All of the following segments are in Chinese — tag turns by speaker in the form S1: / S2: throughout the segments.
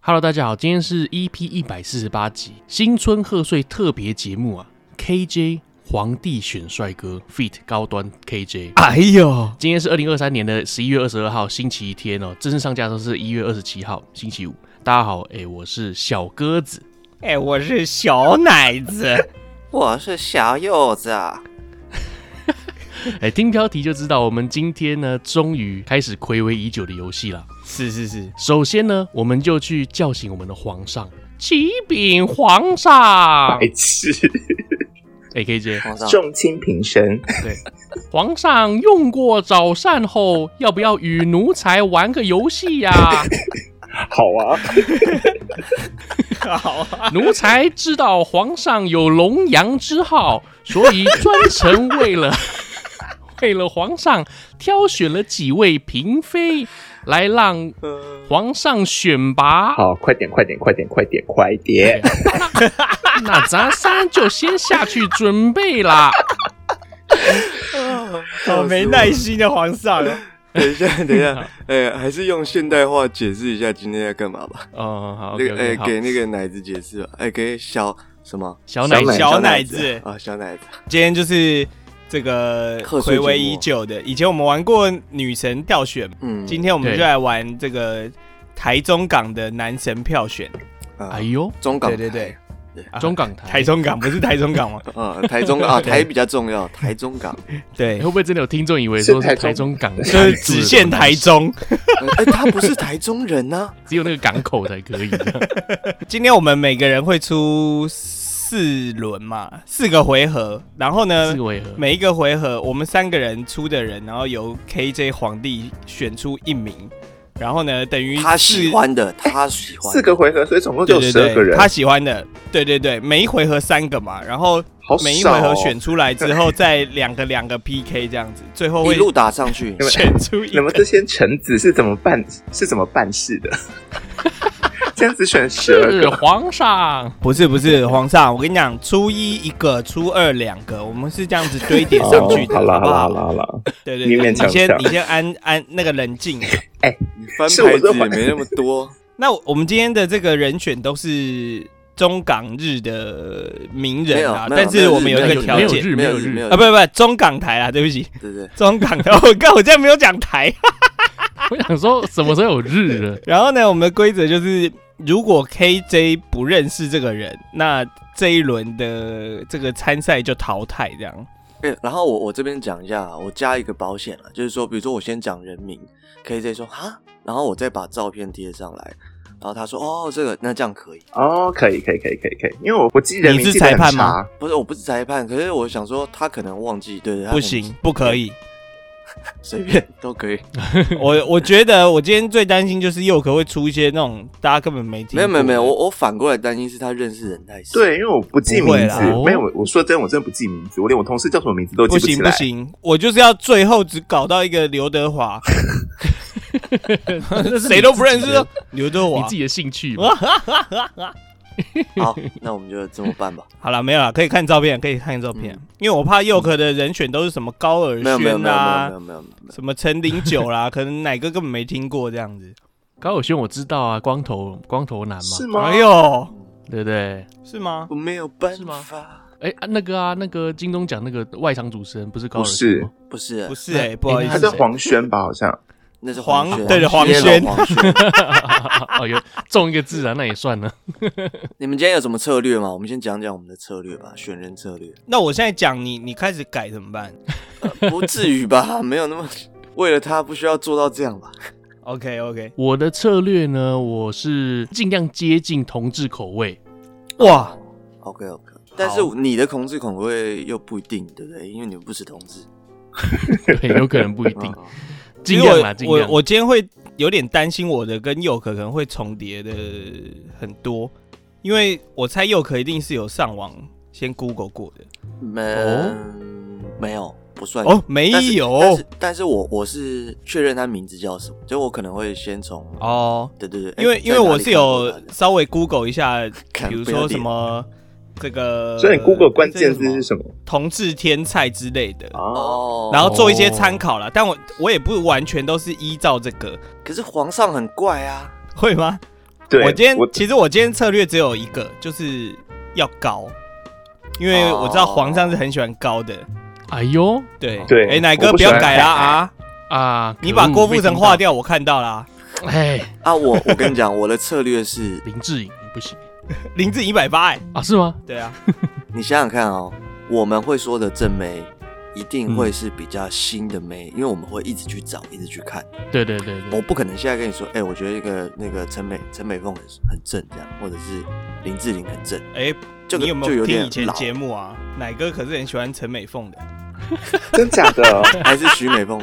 S1: Hello，大家好，今天是 EP 一百四十八集新春贺岁特别节目啊，KJ 皇帝选帅哥 Fit 高端 KJ。
S2: 哎呦，
S1: 今天是二零二三年的十一月二十二号，星期天哦，正式上架的时候是一月二十七号，星期五。大家好，哎、我是小鸽子。
S2: 哎、我是小奶子，
S3: 我是小柚子啊，
S1: 哎、听标题就知道，我们今天呢，终于开始暌违已久的游戏啦。
S2: 是是是，
S1: 首先呢，我们就去叫醒我们的皇上，启禀皇上。
S4: 白痴，
S1: 哎、k j
S3: 皇上，
S4: 众卿平身。
S1: 对，皇上用过早膳后，要不要与奴才玩个游戏呀、
S4: 好啊，
S2: 好啊，
S1: 奴才知道皇上有龙阳之好，所以专程为了为了皇上挑选了几位嫔妃，来让皇上选拔。
S4: 好，快点，快点，快点，快点，快点！
S1: 那咱三就先下去准备啦。
S2: 哦 好没耐心的皇上啊，
S3: 等一下，等一下，哎，还是用现代化解释一下今天在干嘛吧。
S1: 哦，好
S3: 那
S1: ，OK
S3: 个，哎
S1: OK，，好，
S3: 给那个奶子解释吧，哎，给小什么
S1: 小奶
S4: 小奶
S1: 小
S2: 小奶子，
S3: 啊，小奶子，
S2: 今天就是这个
S3: 贺岁
S2: 暌
S3: 节目
S2: 违已久的，以前我们玩过女神票选，
S3: 嗯，
S2: 今天我们
S1: 对
S2: 就来玩这个台中港的男神票选，
S3: 啊
S1: 哎呦，
S3: 中港哎
S2: 对
S3: 台，
S2: 对对，啊
S1: 中港台
S2: 台中港不是台中港吗？
S3: 啊，台中 港啊，台比较重要，台中港，
S2: 对
S3: 哎
S1: 欸会，不会真的有听众以为说是台中港，
S2: 就是只限台，中。
S3: 呃哎，他不是台中人啊 呐，
S1: 只有那个港口才可以。
S2: 今天我们每个人会出四轮嘛，四个回合，然后呢，
S1: 四个回合，
S2: 每一个回合，我们三个人出的人，然后由 KJ 皇帝选出一名，然后呢，等于
S3: 他
S2: 是
S3: 喜欢的，他喜欢
S4: 四个回合，所以总共
S2: 对
S4: 就
S2: 对
S4: 十二个
S2: 对，
S4: 人，
S2: 他喜欢的，对对对，每一回合三个嘛，然后
S4: 好
S2: 每一
S4: 少
S2: 回
S4: 哦
S2: 合。选出来之后，再两个两个 PK 这样子，最后
S3: 一
S2: 会
S3: 路打上去，
S2: 选出一
S4: 你们
S2: 个。
S4: 这些臣子是怎么办？是怎么办事 的？这样子选十二
S1: 是
S2: 啊
S4: 个，
S1: 皇上，
S2: 不是不是，皇上，我跟你讲，初一一个，初二两个，我们是这样子堆叠上去的，
S4: 哦好
S2: 好
S4: 啦
S2: 不好
S4: 好啦好啦好啦，
S2: 对对
S4: 你
S2: 对，
S4: 勉强
S2: 你先
S4: 一下
S2: 你先安安那个冷静。
S3: 你翻
S4: 是我
S3: 牌子
S4: 这环
S3: 也没那么多，
S2: 那我们今天的这个人选都是中港日的名人啊，
S3: 没有没有
S2: 但是我们有一
S3: 没
S2: 个
S3: 有
S2: 条
S1: 没有
S2: 件
S1: 日
S3: 没有
S1: 有日
S3: 没有
S2: 啊，不，不不，中港台啊，对不起，
S3: 对对，
S2: 中港台， 我刚我竟然没有讲台。
S1: 我想说什么时候有日了？
S2: 然后呢，我们的规则就是，如果 KJ 不认识这个人，那这一轮的这个参赛就淘汰这样。
S3: 对，然后我我这边讲一下啊，我加一个保险啊，就是说，比如说我先讲人名，KJ 说哈，然后我再把照片贴上来，然后他说哦，这个那这样可以，
S4: 哦，可以可以可以可以可以，因为我我记人名
S2: 你是
S4: 记得很
S2: 裁判
S4: 差
S2: 吗？
S3: 不是我不是裁判，可是我想说他可能忘记，对对，他可能
S2: 不行，不可以。
S3: 随 便都可以，
S2: 我我觉得我今天最担心就是佑可会出一些那种大家根本没听过的。
S3: 没有没有没有，我我反过来担心是他认识人太少，
S4: 对，因为我不记
S2: 不会
S4: 名
S2: 啦
S4: 字
S1: 哦，
S4: 没有，我我说真的，我真的不记名字，我连我同事叫什么名字都
S2: 不
S4: 记起
S2: 行不
S4: 来。
S2: 行，我就是要最后只搞到一个刘 德华，谁都不认识
S1: 的
S2: 刘德
S1: 你
S2: 华
S1: 自。己的兴趣嘛，
S2: 啊
S3: 好，那我们就这么办吧，
S2: 好了，没有了，可以看照片，可以看照片，
S3: 嗯
S2: 因为我怕佑可的人选都是什么高尔
S3: 没有没有
S2: 宣
S3: 没有没
S2: 啊
S3: 有，没有没有没有，
S2: 什么陈零九啦，可能哪个根本没听过这 样子。
S1: 高友轩我知道啊，光头光头男嘛，
S4: 是吗？
S2: 哎呦，
S1: 对不对？
S2: 是吗
S3: 我？没有办
S1: 是吗
S3: 法，
S1: 哎、啊那个啊，那个金钟奖那个外场主持人不是高友
S4: 不是
S1: 轩吗？
S3: 不是
S2: 不是哎、
S1: 哎
S2: 不好意
S4: 他
S1: 他
S4: 是
S2: 思
S1: 是，
S4: 黄轩吧？好 像
S3: 那是
S2: 黄
S3: 轩，
S2: 对黄
S3: 耶
S2: 轩
S3: 老黄轩，
S1: 哦，有中一个字啊，那也算了。
S3: 你们今天有什么策略吗？我们先讲讲我们的策略吧，选人策略。
S2: 那我现在讲你，你开始改怎么办
S3: 不至于吧？没有那么为了他不需要做到这样吧？
S2: ？OK OK，
S1: 我的策略呢，我是尽量接近同志口 味。
S2: 哇，
S3: ，OK OK。但是你的同志口味又不一定，对不对？因为你们不是同志，
S1: 对，有可能不一定，
S3: 嗯
S2: 其
S1: 尽
S2: 实
S1: 量啦，
S2: 我
S1: 尽
S2: 啊我
S1: 量。
S2: 我今天会有点担心我的跟佑可可能会重叠的很多，因为我猜佑可一定是有上网先 Google 过的。
S3: 没、
S1: 哦
S3: 嗯没有不算
S2: 哦，没
S3: 但是但
S2: 有
S3: 是但是我我是确认他名字叫什么，就我可能会先从
S2: 哦，
S3: 对对对，哎
S2: 因为因为我是有
S3: 在哪里看过他的
S2: 稍微 Google 一下，
S3: 看
S2: 比如
S3: 不要
S2: 说
S3: 脸
S2: 什么这个，
S4: 所以你 Google 关键
S2: 呃这
S4: 字是
S2: 个什么
S4: 什么？
S2: 同志天菜之类的。
S4: 哦，
S3: 哦，
S2: 然后做一些
S1: 哦
S2: 参考啦，但我我也不完全都是依照这个，
S3: 可是皇上很怪啊，
S2: 会吗？
S4: 对，
S2: 我今天
S4: 我
S2: 其实我今天策略只有一个，就是要高，因为我知道皇上是很喜欢高的。
S1: 哎呦
S2: 对
S4: 对
S2: 哎，奶哥
S4: 我
S2: 不
S4: 不喜
S2: 要
S4: 欢
S2: 改啦啊！
S1: 啊！
S2: 你
S1: 可
S2: 把
S1: 恶
S2: 郭富
S3: 嗯
S2: 城划，
S1: 被
S2: 掉，我看到啦。
S1: 听到哎，
S3: 啊，我我跟你讲，我的策略是，
S1: 林志颖不行
S2: 林志一百八，哎，
S1: 啊？是吗？
S2: 对啊，
S3: 你想想看哦，我们会说的正妹一
S1: 嗯
S3: 定会是比较新的妹，因为我们会一直去找，一直去看。
S1: 对对对
S3: 我
S1: 对，
S3: 不可能现在跟你说，哎、我觉得一个那个陈美陈美凤很很正这样，或者是林志玲很正，
S2: 哎，
S3: 这个
S2: 你有没
S3: 就有
S2: 有听
S3: 点
S2: 以前
S3: 老，
S2: 节目啊？奶哥可是很喜欢陈美凤的。
S4: 真假 的，
S3: 还是徐美凤。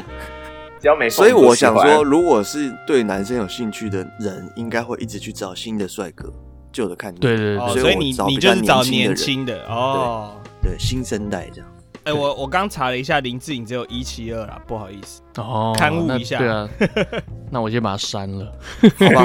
S4: 只要没空
S3: 所以
S4: 都
S3: 我
S4: 喜
S3: 想
S4: 欢
S3: 说，，如果是对男生有兴趣的人，应该会一直去找新的帅哥，旧的看腻。
S1: 对对对
S2: 哦，
S3: 所以
S2: 所以
S3: 我
S2: 你
S3: 找
S2: 你
S3: 比
S2: 就
S3: 较
S2: 是找年
S3: 年
S2: 轻
S3: 轻
S2: 的哦。
S3: 对，新生代这样。
S2: 哎，我我刚查了一下，林志颖只有一七二啦，不好意思。
S1: 哦，
S2: 刊物
S1: 那
S2: 一下
S1: 对 啊，那我先把它删了。
S3: 好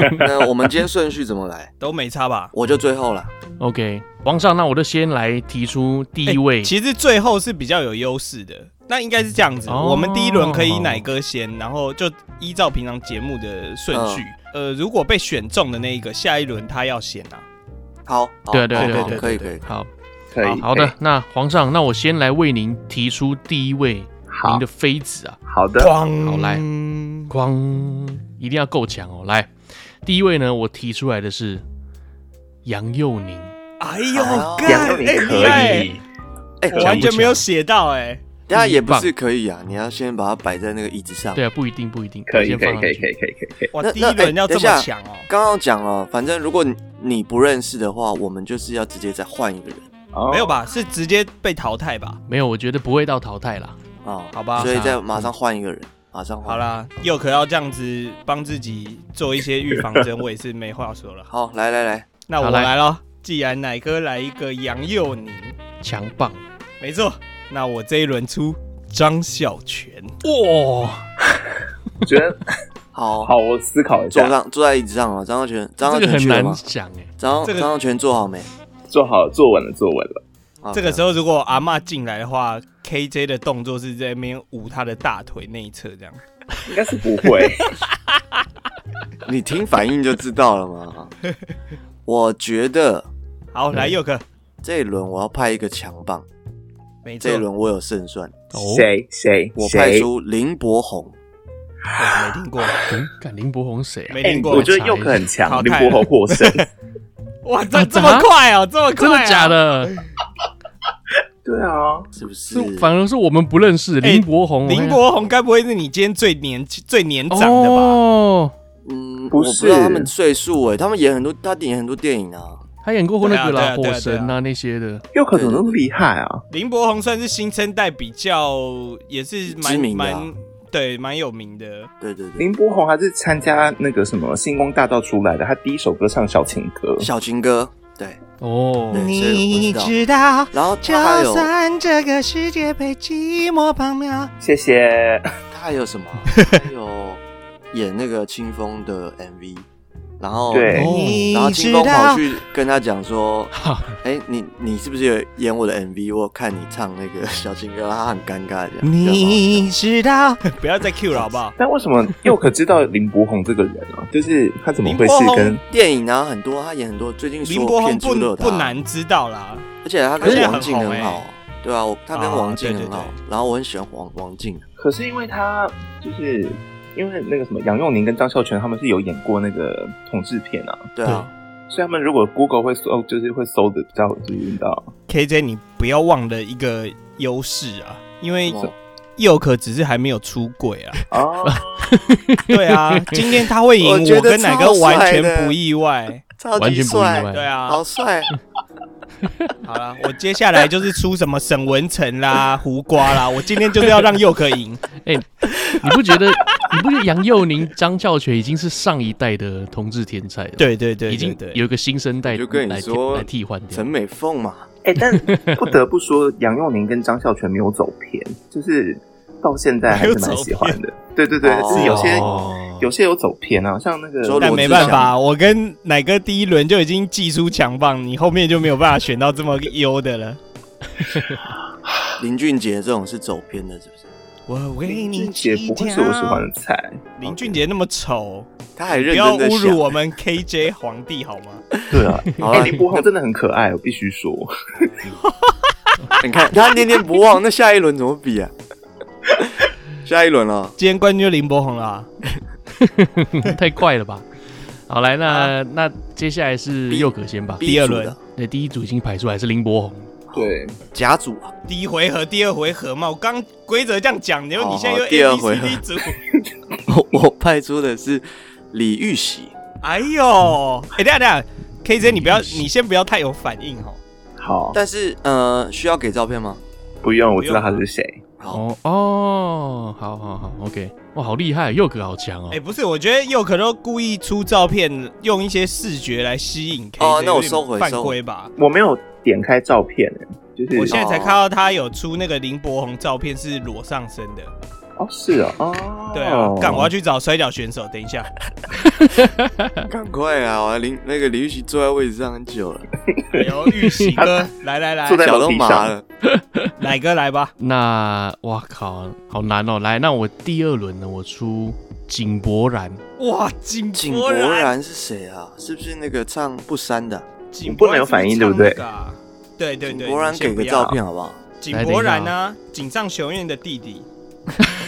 S3: 吧，那我们今天顺序怎么来？
S2: 都没差吧？
S3: 我就最后了。
S1: OK，皇上，那我就先来提出第一
S2: 哎
S1: 位，
S2: 其实最后是比较有优势的。那应该是这样子，
S1: 哦
S2: 我们第一轮可以奶哥先，然后就依照平常节目的顺序。
S1: 嗯
S2: 呃，如果被选中的那一个，下一轮他要先啊。
S3: 好，好
S1: 对对
S3: 好
S1: 对
S3: 好
S1: 对对
S3: 可以可以。
S1: 好
S4: 可以，
S1: 好
S4: 可
S1: 的
S4: 以，，
S1: 那皇上，那我先来为您提出第一位您
S4: 好
S1: 的妃子啊，
S4: 好的，
S2: 哐，
S1: 好来哐，一定要够强哦。来，第一位呢，我提出来的是杨佑宁，
S2: 哎呦，
S3: 好
S4: 杨
S2: 干，
S4: 佑宁
S2: 哎
S4: 可
S2: 厉害
S4: 以，
S3: 哎、
S2: 我完全没有写到哎。
S3: 大家也不
S1: 棒
S3: 是可以啊，你要先把它摆在那个椅子上。
S1: 对啊，不一定不一定，
S4: 可以，
S1: 先
S4: 可
S1: 放
S4: 以，
S1: 上
S4: 可以，
S1: 去
S4: 可以，可以，可以，可以，
S2: 哇，
S3: 那
S2: 第一
S3: 那哎
S2: 轮要这
S3: 等一
S2: 么
S3: 下
S2: 强哦。
S3: 刚刚讲了，反正如果你你不认识的话，我们就是要直接再换一个人
S4: 哦
S2: 没有？吧？是直接被淘汰吧？
S1: 没有，我觉得不会到淘汰啦。
S3: 啊、
S2: 好吧
S3: 所以再马上换一个人，马上换。
S2: 好，啦，又可要这样子帮自己做一些预防 针，我也是没话说了。
S3: 好，来来来，
S2: 那我
S1: 好来
S2: 来咯，既然奶哥来一个杨佑宁，
S1: 强棒
S2: 没错，那我这一轮出张孝全。
S1: 哇，
S4: 我觉得
S3: 好，
S4: 好，哦我思考一
S3: 坐
S4: 下，
S3: 上坐在椅子上啊，张浩全，张浩
S1: 这个很
S3: 全去了
S1: 难
S3: 吗？
S1: 讲哎，
S3: 张
S2: 这个
S3: 张浩全坐好没？
S4: 坐好，坐稳了，坐稳了，
S3: 啊
S2: 这个时候如果阿嬷进来的话，KJ 的动作是在那边捂她的大腿内侧这样。
S4: 应该是不 会，
S3: 你听反应就知道 了嘛。我觉得
S2: 好，来佑哥，
S3: 嗯这一轮我要派一个强棒，
S2: 没错
S3: 这一，轮我有胜算，
S1: 哦，
S4: 谁谁
S3: 我派
S4: 谁？
S3: 出林柏宏。
S2: 哦没听 过，
S1: 嗯敢林柏宏谁啊？
S2: 没
S4: 哎
S2: 听，过。
S4: 我觉得
S1: 查
S4: 佑
S1: 一
S4: 可很
S2: 好
S4: 强，林
S2: 看
S4: 柏宏获胜，
S2: 哇，这
S1: 啊
S2: 这么
S1: 咋
S2: 快哦，这么快，
S1: 真的假？的？
S4: 对啊，
S3: 是不是？
S1: 是反而是我们不认识
S2: 哎
S1: 林柏宏，
S2: 林柏宏该不会是你今天最年轻最年
S1: 哦
S2: 长的吧？
S3: 嗯，
S4: 不
S3: 我不知道
S4: 是
S3: 他们岁数哎，他们演很多，他演很多电影啊。
S1: 他演过后那个
S2: 对
S1: 啦，
S2: 啊对啊对啊
S1: 火神啊那些的，
S4: 佑可怎么那么厉害啊？
S2: 林柏宏算是新生代比较也是蛮
S3: 知名的啊
S2: 蛮对蛮有名的。
S3: 对对对，
S4: 林柏宏还是参加那个什么星光大道出来的，他第一首歌唱小情歌，
S3: 小情歌，对。
S1: 哦，
S3: 对所以我不知
S2: 道，
S3: 然后他还有
S2: 这个世界被寂寞绑秒，
S4: 谢谢。
S3: 他还有 什么？他有演那个清风的 MV，然后
S4: 对
S1: 哦
S3: 然后清风跑去跟他讲说：“哎、你你是不是有演我的 MV？我看你唱那个小情歌，他很尴尬这样。你
S2: 知道， 不要再 Q 了好不 好？
S4: 但为什么佑可知道林柏宏这个人啊？就是他怎么会
S2: 林
S4: 是
S2: 柏宏
S4: 跟
S3: 电影啊很多，他演很多，最近
S2: 林
S3: 所
S2: 柏
S3: 有
S2: 宏
S3: 片出都有
S2: 不
S3: 他，
S2: 不难知道啦，
S3: 而且他
S2: 而且
S3: 跟
S2: 很
S3: 王静
S2: 红欸
S3: 很好，对啊，我他跟
S2: 啊
S3: 王静
S2: 对
S3: 很
S2: 对
S3: 好，
S2: 对
S3: 然后我很喜欢王王静，啊
S4: 可是因为他就是因为那个什么杨佑宁跟张孝全他们是有演过那个同志片啊，
S3: 对啊，
S4: 所以他们如果 Google 会搜，就是会搜的比较注意到。
S2: KJ，你不要忘了一个优势啊，因为
S3: 什么
S2: 佑可只是还没有出柜啊。
S4: 哦，
S2: 对啊，今天他会赢，
S3: 我觉
S2: 我
S3: 得
S2: 跟奶哥
S3: 超帅
S2: 完全
S3: 的
S2: 不意外。
S3: 超
S1: 完
S3: 级
S1: 全不意
S3: 帅，
S1: 外。
S2: 对啊，
S3: 好帅，
S2: 好啦， 我接下来就是出什么沈文成啦、胡瓜啦，我今天就是要让佑可赢。
S1: 你不觉得？ 你不觉得杨佑宁、张孝全已经是上一代的同志天才了？，
S2: 对对对，
S1: 已经
S2: 对对
S1: 有一个新生代
S3: 就跟你
S1: 来替
S3: 说
S1: 来替换掉
S3: 陈。美凤嘛，
S4: 哎、但不得不说，杨佑宁跟张孝全没有走偏，就是到现在还是蛮喜欢的。对对对，
S3: 哦
S4: 是有些、
S1: 哦
S4: 有些有走偏啊，像那个
S3: 周
S2: 但
S3: 罗
S2: 没办法，我跟奶哥第一轮就已经技出强棒，你后面就没有办法选到这么优的了。
S3: 林俊杰这种是走偏的，是不是？
S2: 我为你
S4: 俊杰不会是我喜欢的菜。
S2: 林俊杰那么丑，
S3: 他还
S2: 不
S3: 认
S2: 要
S3: 真的
S2: 侮辱
S3: 想。
S2: 我们 KJ 皇帝好吗？
S4: 对啊，
S3: 好
S4: 哎，
S3: 了，
S4: 李
S3: 你
S4: 柏宏真的很可爱，我必须说。
S3: 你看他念念不忘，那下一轮怎么比啊？ 下一轮哦了，
S2: 今天冠军就林柏宏了、啊，
S1: 太快了吧？好，来，
S3: 啊
S1: 那那接下来是佑可先吧。
S3: B
S2: 第二
S3: 组
S2: 轮
S3: 的
S1: 那第一组已经排出来是林柏宏，
S4: 对，
S3: 甲组啊，
S2: 第一回合、第二回合嘛，我刚规则这样讲，结果你现在又
S3: 哦第二
S2: A
S3: 回
S2: B
S3: 合
S2: C D 组，
S3: 我我派出的是李玉玺，
S2: 哎呦，哎、等一下等一下，KJ 你不要，
S3: 嗯
S2: 你先不要太有反应哦。
S4: 好，
S3: 但是呃，需要给照片吗？
S4: 不用，我知道他是谁。
S3: 好，
S1: 哦哦，好好好，OK，哇，好厉害，佑可好强哦
S2: 哎、。不是，我觉得佑可都故意出照片，用一些视觉来吸引 KJ，
S3: 哦那
S2: 有
S3: 我
S2: 点
S3: 收回
S2: 犯
S3: 收回
S2: 规吧？
S4: 我没有点开照片，欸就是
S2: 我现在才
S3: 哦
S2: 看到他有出那个林柏宏照片是裸上身的，
S4: 哦，是哦，哦，
S2: 对啊，干我要去找摔跤选手，等一下，嗯
S3: 赶快啊！我林那个李玉玺坐在位置上很 久了，
S2: 哎呦，玉玺哥，来来来
S4: 坐，在
S3: 脚
S4: 楼
S3: 都
S4: 梯
S3: 麻
S4: 上，
S3: 了。
S2: 奶哥来吧，
S1: 那哇靠，好难哦。来，那我第二轮呢，我出井柏然。
S2: 哇，井
S3: 井
S2: 柏
S3: 柏
S2: 然，
S3: 然是谁啊？是不是那个唱《不删》的啊？
S2: 井
S4: 不能有反应对不对
S2: 是唱那个啊？对对对，
S3: 井柏然
S2: 你先
S3: 给个
S2: 不要
S3: 照，片 好不好？
S2: 井柏然呢？井上雄彦的弟弟，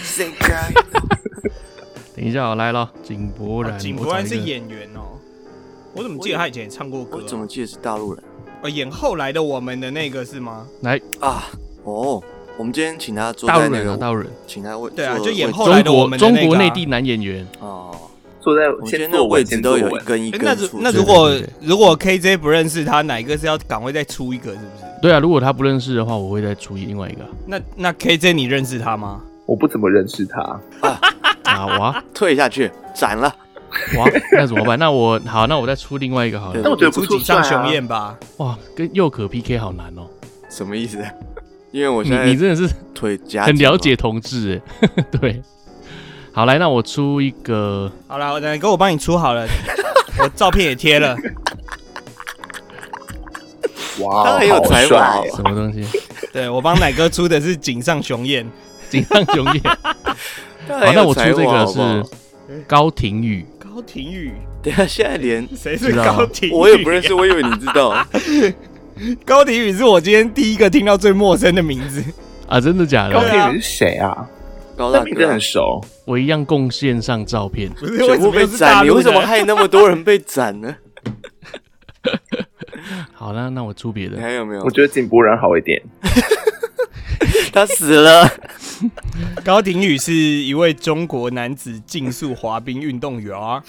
S3: 谁该？
S1: 等一下，我来了，井柏然。
S2: 哦井
S1: 我
S2: 柏然
S1: 找
S2: 是
S1: 一个
S2: 演员哦。我怎么记得他以前也唱过歌
S3: 我
S2: 啊？
S3: 怎么记得是大陆人
S2: 哦演后来的我们的那个是吗？
S1: 来
S3: 啊？哦，我们今天请他坐
S1: 大
S3: 在
S1: 陆
S3: 那
S1: 人啊，
S3: 个，
S1: 大陆人，
S3: 请他位，
S2: 对啊
S3: 坐
S2: 就演
S3: 位置
S2: 后来的
S1: 中
S2: 我
S1: 国
S2: 们的
S1: 中
S2: 那个啊
S1: 国内地男演员。
S3: 哦。
S4: 坐在
S3: 我们今
S4: 先
S3: 天的
S4: 坐
S3: 位
S4: 稳，
S3: 置
S4: 先
S3: 都
S4: 坐
S3: 有一
S4: 稳。
S3: 根一
S2: 哎
S3: 根
S2: 那如
S3: 粗
S2: 那
S3: 的
S2: 如果
S1: 对对
S2: 如果 KJ 不认识他，哪个是要赶快再出一个，是不是？
S1: 对啊，如果他不认识的话，我会再出另外一 个
S2: 那那 KJ 你认识他吗？
S4: 我不怎么认识他，
S1: 啊，哇
S3: 退下去斩了，
S1: 哇，那怎么办？那我好，那我再出另外一个好
S3: 对
S1: 了。
S4: 但我觉得不啊
S2: 出
S4: 出
S2: 井上雄彦吧。
S1: 哇，跟佑可 PK 好难哦。
S3: 什么意思？因为我
S1: 你
S3: 现在
S1: 你真的是
S3: 腿夹
S1: 很
S3: 紧
S1: 了解同志哎， 对。好，来，那我出一个，
S2: 好了，奶哥我帮你出好了， 我照片也贴了。
S4: 哇，
S3: 他很有
S4: 好
S3: 才
S4: 帅
S3: 华啊
S4: 哦
S1: 什么 东西？
S2: 对我帮奶哥出的是井上雄彦，
S1: 锦上雄彦。好，
S3: 嘛，好
S1: 那我出这个
S3: 好不好
S1: 是高廷宇。
S2: 高廷宇，
S3: 等一下现在连
S2: 谁是
S1: 知道
S2: 高廷宇、
S3: 我也不认识，。我以为你知 道。
S2: 高廷宇是我今天第一个听到最陌生的名字。
S1: 啊，真的假
S4: 高
S1: 的？
S2: 对啊
S4: 天宇是谁啊？
S3: 高
S4: 那
S3: 大
S4: 名字
S3: 哥啊
S4: 很，熟，
S1: 我一样贡献上照片。
S2: 不是为
S3: 全
S2: 什
S3: 部
S2: 么
S3: 被
S2: 又是大
S3: 斩，你
S2: 陆
S3: 为什
S2: 人啊
S3: 么害那么多人被斩呢？
S1: 好，那那我出别
S3: 你
S1: 的。
S3: 还有没有
S4: 我？觉得井柏然好一点。
S3: 他死 了，
S2: 高廷宇是一位中国男子竞速滑冰运动员啊儿。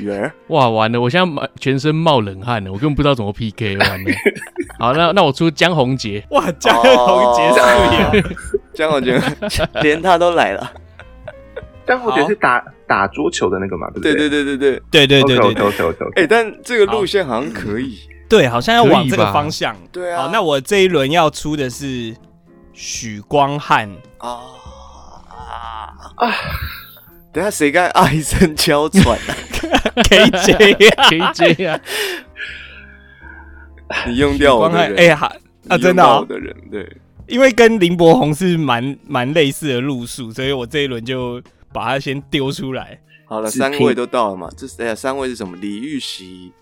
S3: 圆儿
S1: 哇，完了，我现在满全身冒冷汗了，我根本不知道怎么 PK，完了。好，那那我出江宏杰。
S2: 哇，
S3: 哦
S2: 江宏杰素颜，
S3: 江宏杰连他都来了。
S4: 但我觉得是打打桌球的那个嘛，对不
S3: 对对
S4: 对
S3: 对对对，
S2: 对对对对
S4: OK
S2: 对
S4: OK OK
S3: 哎，
S4: OK，
S3: 但这个路线好像可以。
S2: 对，好像要往这
S1: 可以
S2: 个
S1: 吧
S2: 方向。
S3: 对啊
S2: 好，那我这一轮要出的是许光汉。
S3: 啊啊！等下谁该啊一声娇喘？啊
S2: KJ 啊，
S1: KJ 啊，
S3: 你用掉我
S2: 光
S3: 的
S2: 汉
S3: 人，
S2: 哎哈
S3: 哦你
S2: 啊，
S3: 用
S2: 真的、
S3: 掉我
S2: 哦，
S3: 的人，对，
S2: 因为跟林柏宏是蛮蛮类似的路数，所以我这一轮就把他先丢出来。
S3: 好了，
S4: 只
S3: 三
S4: 拼
S3: 位都到了嘛？这哎呀，三位是什么？李玉玺、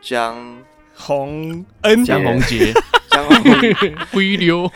S3: 江
S2: 洪恩，
S1: 江宏杰，
S3: 江宏
S1: 灰溜。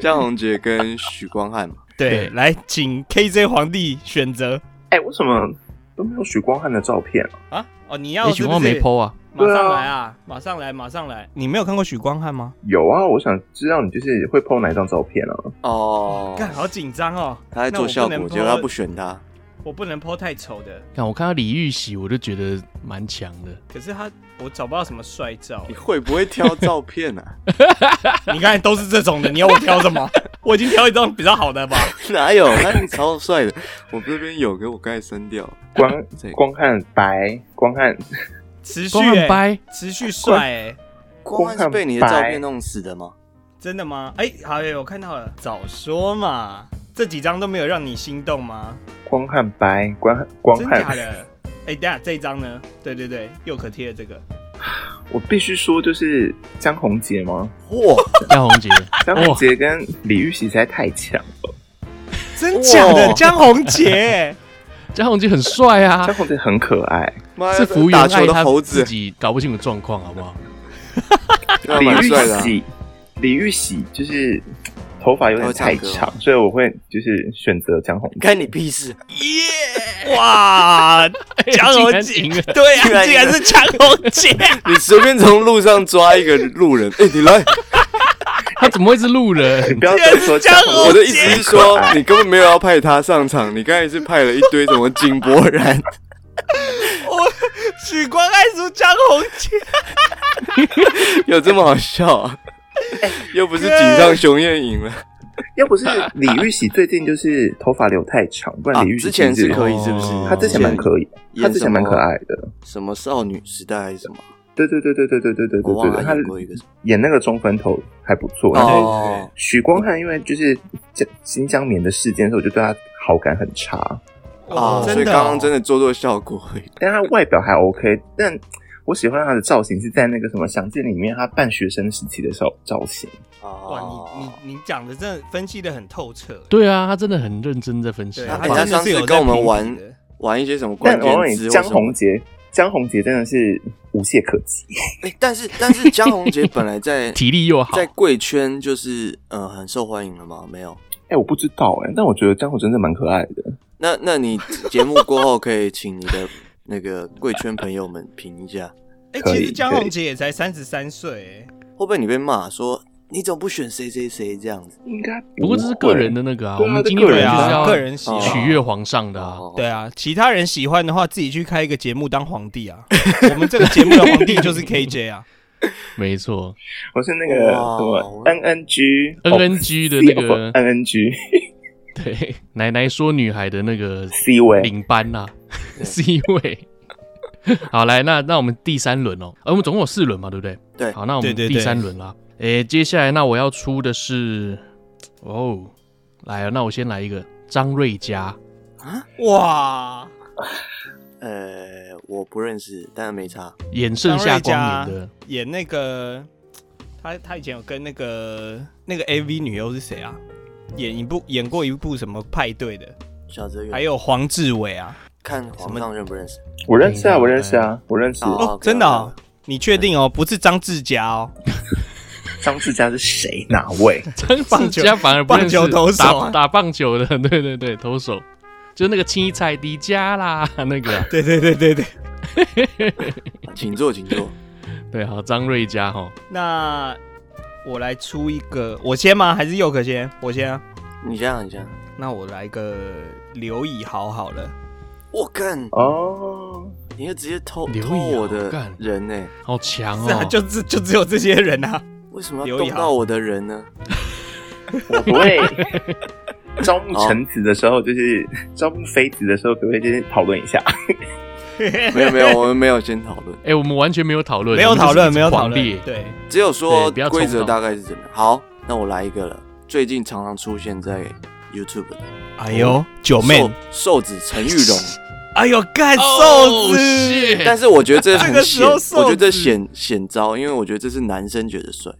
S3: 江宏杰跟许光汉嘛？
S2: 对
S1: 对，
S2: 来，请 KJ 皇帝选择
S4: 哎，为什么都没有许光汉的照片啊？
S2: 啊。哦，你要
S1: 你
S2: 是
S1: 喜
S2: 不
S1: 欢
S2: 是
S1: 没 PO 啊？
S2: 马上
S4: 对啊
S2: 来啊，马上来，马上来。你没有看过许光汉吗？
S4: 有啊，我想知道你就是会 PO 哪一张照片啊？
S3: 哦，
S2: 干，好紧张哦。
S3: 他在做效果，结
S2: 觉
S3: 果
S2: 得
S3: 他不选他。
S2: 我不能剖太丑的，
S1: 看我看到李玉玺，我就觉得蛮强的。
S2: 可是他我找不到什么帅 照
S3: 你。会不会挑照片啊？
S2: 你看都是这种的，你要我挑什 么？我已经挑一张比较好的吧。
S3: 哪有？他你超帅的，我这边有，给我刚才删掉。
S4: 光
S3: 这个
S4: 光汉白，光汉
S2: 持续
S1: 光
S2: 欸
S1: 汉掰，
S2: 持续帅哎、
S3: 光汉是被你的
S4: 光汉
S3: 照
S4: 白
S3: 片弄死的吗？
S2: 真的吗？哎、好耶，我看到了，早说嘛，这几张都没有让你心动吗？
S4: 光汉白，光汉光
S2: 真假
S4: 汉，
S2: 的？ 哎、等一下这一张呢？对对对，又可贴的这个，
S4: 我必须说就是江宏杰吗？
S3: 哇，
S1: 江宏杰，
S4: 江宏杰跟李玉玺实在太强了，
S2: 真假的
S3: 哇
S2: 江宏 杰，
S1: 江宏杰很帅啊
S4: 张，宏杰很可爱，
S3: 妈呀
S1: 是服务员
S3: 打球
S1: 爱
S3: 的
S1: 他
S3: 猴
S1: 自
S3: 子，
S1: 己搞不清楚状况，好不好？
S3: 对啊
S4: 李
S3: 蛮
S4: 玉
S3: 帅的啊。
S4: 玺，李玉玺就是头发有点太
S3: 他会唱
S4: 长，所以我会就是选择江宏杰。
S3: 干你屁事！
S2: 耶！ 哇，江宏
S1: 竟
S2: 杰
S1: 然赢了，
S2: 对啊，
S3: 竟然
S2: 竟然是江宏 杰，
S3: 你随便从路上抓一个路人，哎、你 来！
S1: 他怎么会是路人
S4: 你？不要再说
S2: 江宏
S4: 宏
S3: 我
S4: 杰
S3: 的意思是说，你根本没有要派他上场，你刚才是派了一堆什么井柏然，
S2: 我许光汉出江宏杰，
S3: 有这么好笑啊？
S4: 哎
S3: 又不是井上雄彦赢了，
S4: 要不是李玉玺最近就是头发留太长，不
S3: 啊
S4: 然李玉玺
S3: 之前是
S4: 是
S3: 可以是不是
S1: 哦
S4: 他之前蛮可以，他之前蛮可爱的。
S3: 什么少女时代还是什么？
S4: 对对对对对对对对
S3: 我忘
S4: 对
S3: 了
S4: 对，
S3: 他
S4: 他
S3: 演过一个什么
S4: 演那个中分头还不错。然后
S3: 哦，
S4: 许光汉因为就是江新疆棉的事件，所以我就对他好感很差。
S3: 啊，所以
S2: 哦真的
S3: 刚刚真
S2: 的
S3: 的做做效果而已，
S4: 但他外表还 OK，但我喜欢他的造型是在那个什么《想见》里面他扮学生时期的时候造型。
S2: 哇，
S3: 哇
S2: 你你你讲的真的分析的很透彻，
S1: 对啊，他真的很认真在分析
S2: 对，。
S3: 啊
S2: 他
S3: 哎他
S2: 真的
S3: 上
S2: 是
S3: 次
S2: 有在
S3: 跟我们
S2: 评比
S3: 玩
S2: 的
S3: 玩一些什么关
S4: 但我问
S3: 键
S4: 你，
S3: 字？
S4: 江宏，杰，江宏杰真的是无懈可击。
S3: 哎，但是但是江宏杰本来在
S1: 体力又好，
S3: 在贵圈就是呃很受欢迎了吗？没有。
S4: 哎、我不知道哎、但我觉得江宏杰真的蛮可爱的。
S3: 那那你节目过后可以请你的那个贵圈朋友们评一下，
S2: 哎，
S4: 可以
S2: 其实江
S4: 可以
S2: 宏杰也才三十三岁，哎
S3: 会不会你被骂说你怎么不选谁谁谁这样子？
S4: 应该
S1: 不过这是个人的那个啊，
S4: 对
S1: 我
S4: 啊
S1: 们今天本
S4: 对
S2: 对
S1: 来就是
S2: 啊，
S1: 要
S2: 个人喜好
S3: 哦
S1: 取悦皇上的啊。
S3: 哦
S2: 对啊，其他人喜欢的话，自己去开一个节目当皇帝啊。 我们这个节目的皇帝就是 KJ 啊。
S1: 没错
S4: 我是那个
S3: 哇
S4: 什么 N N G 哦
S1: ，N N G 的那个
S4: N N G
S1: 对奶奶说女孩的那个
S4: C 位，
S1: 领班呐、 啊、，C 位。好，来，那那我们第三轮哦，呃，我们总共有四轮嘛，对不对？
S3: 对
S1: 好，那我
S2: 对
S1: 们
S2: 对
S1: 第
S2: 对
S1: 三轮啦。诶、接下来那我要出的是，哦，来啊，那我先来一个张瑞佳，
S2: 哇，
S3: 呃，我不认识，但没差。
S1: 演盛夏光年的
S2: 演那个他他以前有跟那个那个 AV 女优是谁啊？演一部演过一部什么派对的，
S3: 小泽
S2: 还
S3: 远
S2: 有黄志伟啊。
S3: 看皇上认不认识？
S4: 我认识啊，我认识啊，我认识。
S3: 哦
S2: 哦，
S3: OK，
S2: 真的、哦
S3: OK，
S2: 你确定哦？不是张志佳哦，
S4: 张志佳是谁？哪位？
S1: 张
S2: 棒
S1: 志
S2: 球
S1: 佳反而不认识
S2: 棒球投手啊
S1: 打打棒球的， 对对对，投手，就那个青菜迪迦啦， 那个啊、
S2: 对对对对对。
S3: 啊请坐，请坐。
S1: 对，好，张瑞佳哈，
S2: 那我来出一个，我先吗？还是佑可先？我先啊。
S3: 你想想，你想想，
S2: 那我来个刘以豪好了。
S3: 我干，
S4: 哦，
S3: 你就直接偷
S1: 刘
S3: 偷
S1: 以豪
S3: 我的
S1: 干
S3: 人呢、
S1: 好强
S2: 是啊，
S1: 哦，
S2: 就只就只有这些人啊。
S3: 为什么要
S2: 刘以
S3: 动
S2: 豪
S3: 到我的 人呢？
S4: 我不 会。哦招募臣子的时候，就是招募妃子的时候，可不可以就是讨论一下？
S3: 没有没有，我们没有先讨论，
S1: 哎、我们完全没有讨论，
S2: 没有讨
S1: 我
S2: 论，
S1: 们就是
S2: 没有
S1: 一直
S2: 讨
S1: 狂
S2: 论
S1: 列。
S2: 对，
S3: 只有说
S1: 对不要冲
S3: 规则
S1: 动
S3: 大概是怎么样。好，那我来一个了，最近常常出现在 YouTube 的
S2: 哎
S1: 哦
S2: 呦，九
S1: Oh,
S2: 妹，
S3: 瘦瘦子陈 玉荣，
S2: 哎呦，干
S1: 哦
S2: 瘦子，
S1: shit
S3: 但是我觉得这
S2: 这
S3: 很
S2: 个
S3: 显，
S2: 时候瘦子
S3: 我觉得这显显招，因为我觉得这是男生觉得帅，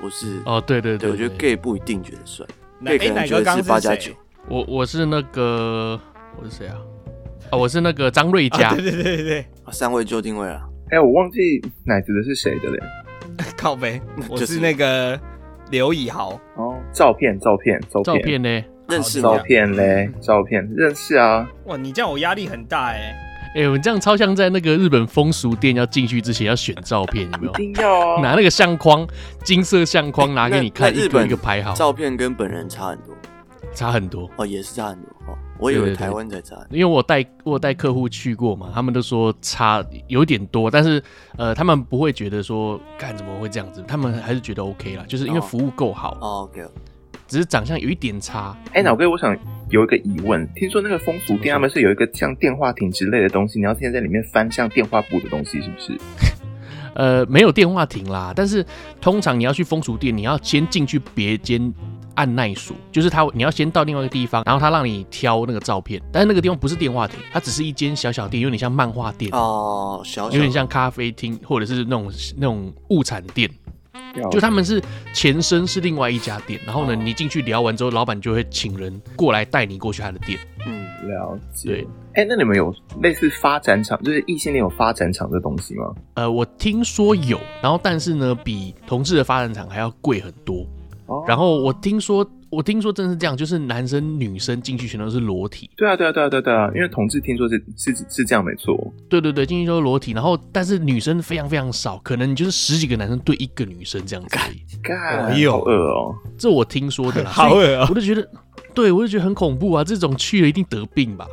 S3: 不是。
S1: 哦，对对对
S3: 对，我觉得 gay 不一定觉得帅
S2: 哪
S3: ，gay 可
S2: 哎，
S3: 能
S2: 哪
S3: 觉
S2: 个
S3: 得
S2: 刚
S3: 是
S2: 是
S3: 八加
S2: 谁
S3: 九。
S1: 我我是那个我是谁啊？啊，我是那个张瑞
S2: 啊
S1: 佳，
S2: 对对对 对
S3: 啊三位就定位了。
S4: 哎、我忘记奶子的是谁的嘞？
S2: 对，靠背，我
S3: 就是
S2: 是那个刘以豪，
S4: 哦，照片，照片，照
S1: 照
S4: 片，
S1: 片嗯呢？
S3: 认识啊
S4: 照
S3: 吗？
S4: 片嘞，照片，认识啊。
S2: 哇，你这样我压力很大哎。
S1: 哎、我们这样超像在那个日本风俗店要进去之前要选照片，有没有
S4: 一？定要啊！
S1: 拿那个相框，金色相框拿给你看，
S3: 那那
S1: 一
S3: 日
S1: 个
S3: 本
S1: 一个排好，
S3: 照片跟本人差很多
S1: 差很多。
S3: 哦，也是差很多哦。我以
S1: 对
S3: 为
S1: 对对
S3: 台湾才差很多，
S1: 因为我带我带客户去过嘛，他们都说差有点多，但是呃，他们不会觉得说干怎么会这样子，他们还是觉得 OK 啦，就是因为
S3: 哦
S1: 服务够好，
S3: 哦，OK，
S1: 只是长相有一点差。
S4: 哎、老哥，我想有一个疑问，听说那个风俗店他们是有一个像电话亭之类的东西，你要先在里面翻像电话簿的东西，是不是？
S1: 呃，没有电话亭啦，但是通常你要去风俗店，你要先进去别间按耐所，就是他你要先到另外一个地方，然后他让你挑那个照片，但是那个地方不是电话亭，它只是一间小小店，有点像漫画店，
S3: 哦，小小
S1: 有点像咖啡厅或者是那种那种物产店。
S4: 了
S1: 就他们是前身是另外一家店，然后呢，你进去聊完之后，老板就会请人过来带你过去他的店。
S3: 嗯，
S4: 了解。
S1: 对，
S4: 哎、那你们有类似发展场，就是异性恋有发展场这东西吗？
S1: 呃，我听说有，然后但是呢，比同志的发展场还要贵很多。
S4: 哦，
S1: 然后我听说，我听说真是这样，就是男生女生进去全都是裸体。
S4: 对啊，对啊，对啊，对啊，对啊，
S3: 嗯
S4: 因为同志听说是是是这样没错，
S1: 对对对，进去都是裸体，然后但是女生非常非常少，可能就是十几个男生对一个女生这样子而已。
S4: 干，
S2: 哎呦
S4: 好恶哦、
S1: 这我听说的啦，
S2: 好
S1: 所以
S2: 恶啊
S1: 我就觉得，对我就觉得很恐怖啊！这种去了一定得病吧？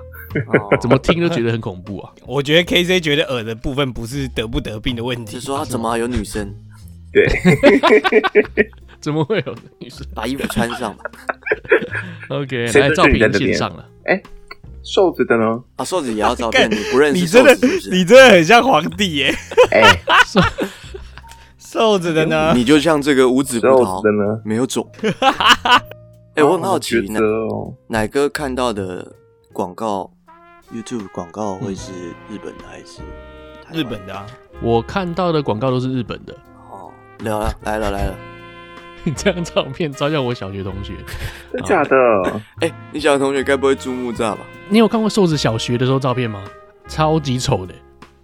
S3: 哦
S1: 怎么听都觉得很恐怖啊！
S2: 我觉得 KZ 觉得恶的部分不是得不得病的问题
S3: 是，说他怎么还有女生
S4: 对，
S1: 怎么会有女生
S3: 把衣服穿上吧？
S1: ？OK，
S4: 谁
S1: 来
S4: 都
S1: 照
S4: 是你在
S1: 片
S4: 这
S1: 线
S4: 边
S1: 上了，
S4: 瘦子 的呢？
S3: 啊，瘦子也要照片，
S2: 干
S3: 你不认 识
S2: 你
S3: 瘦
S2: 真的
S3: 子是不啊是？
S2: 你真的很像皇帝耶，
S4: 哎、
S2: 瘦子的呢？
S3: 你就像这个五指葡
S4: 瘦子的
S3: 萄，
S4: 呢？
S3: 没有 种。哎，我很好奇，
S4: 觉
S3: 奶
S4: 得哦，
S3: 奶哥看到的广告，YouTube 广告会是日本的还是台湾
S2: 日本？的啊，
S1: 我看到的广告都是日本的。
S3: 哦，聊了，来了来了。
S1: 你这张照片照像我小学同学，
S4: 真假的？
S3: 哎，你小学同学该不会住木栅吧？
S1: 你有看过瘦子小学的时候照片吗？超级丑的，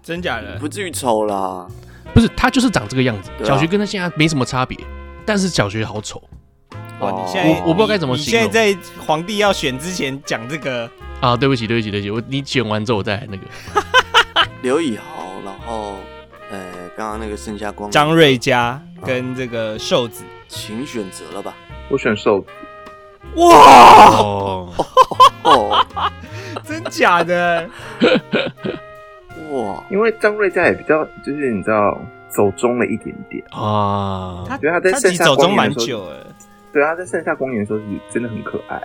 S2: 真假的
S3: 不？至于丑啦。
S1: 不是他就是长这个样子。
S3: 对啊
S1: 小学跟他现在没什么差别，但是小学好丑
S2: 哇，
S3: 哦
S2: 你现在
S1: 我我不知道该怎么
S2: 你你
S1: 形容
S2: 现在在皇帝要选之前讲这个，
S1: 啊！对不起，对不起，对不起，我你剪完之后我再来那个。
S3: 刘以豪，然后呃，刚刚那个剩下光
S2: 张瑞佳跟这个瘦子，
S3: 请选择 了吧？
S4: 我选瘦子，
S2: 哇，
S1: 哦，
S3: 哦，
S2: 真假 的？
S3: 哇，
S4: 因为张瑞佳也比较，就是你知道，走中了一点点。
S1: 啊，
S2: 他
S4: 觉得他在
S2: 他其
S4: 盛
S2: 实
S4: 夏
S2: 走
S4: 光
S2: 中
S4: 年
S2: 蛮
S4: 的时候
S2: 久了，
S4: 对啊，在盛夏公园的时候是真的很可爱，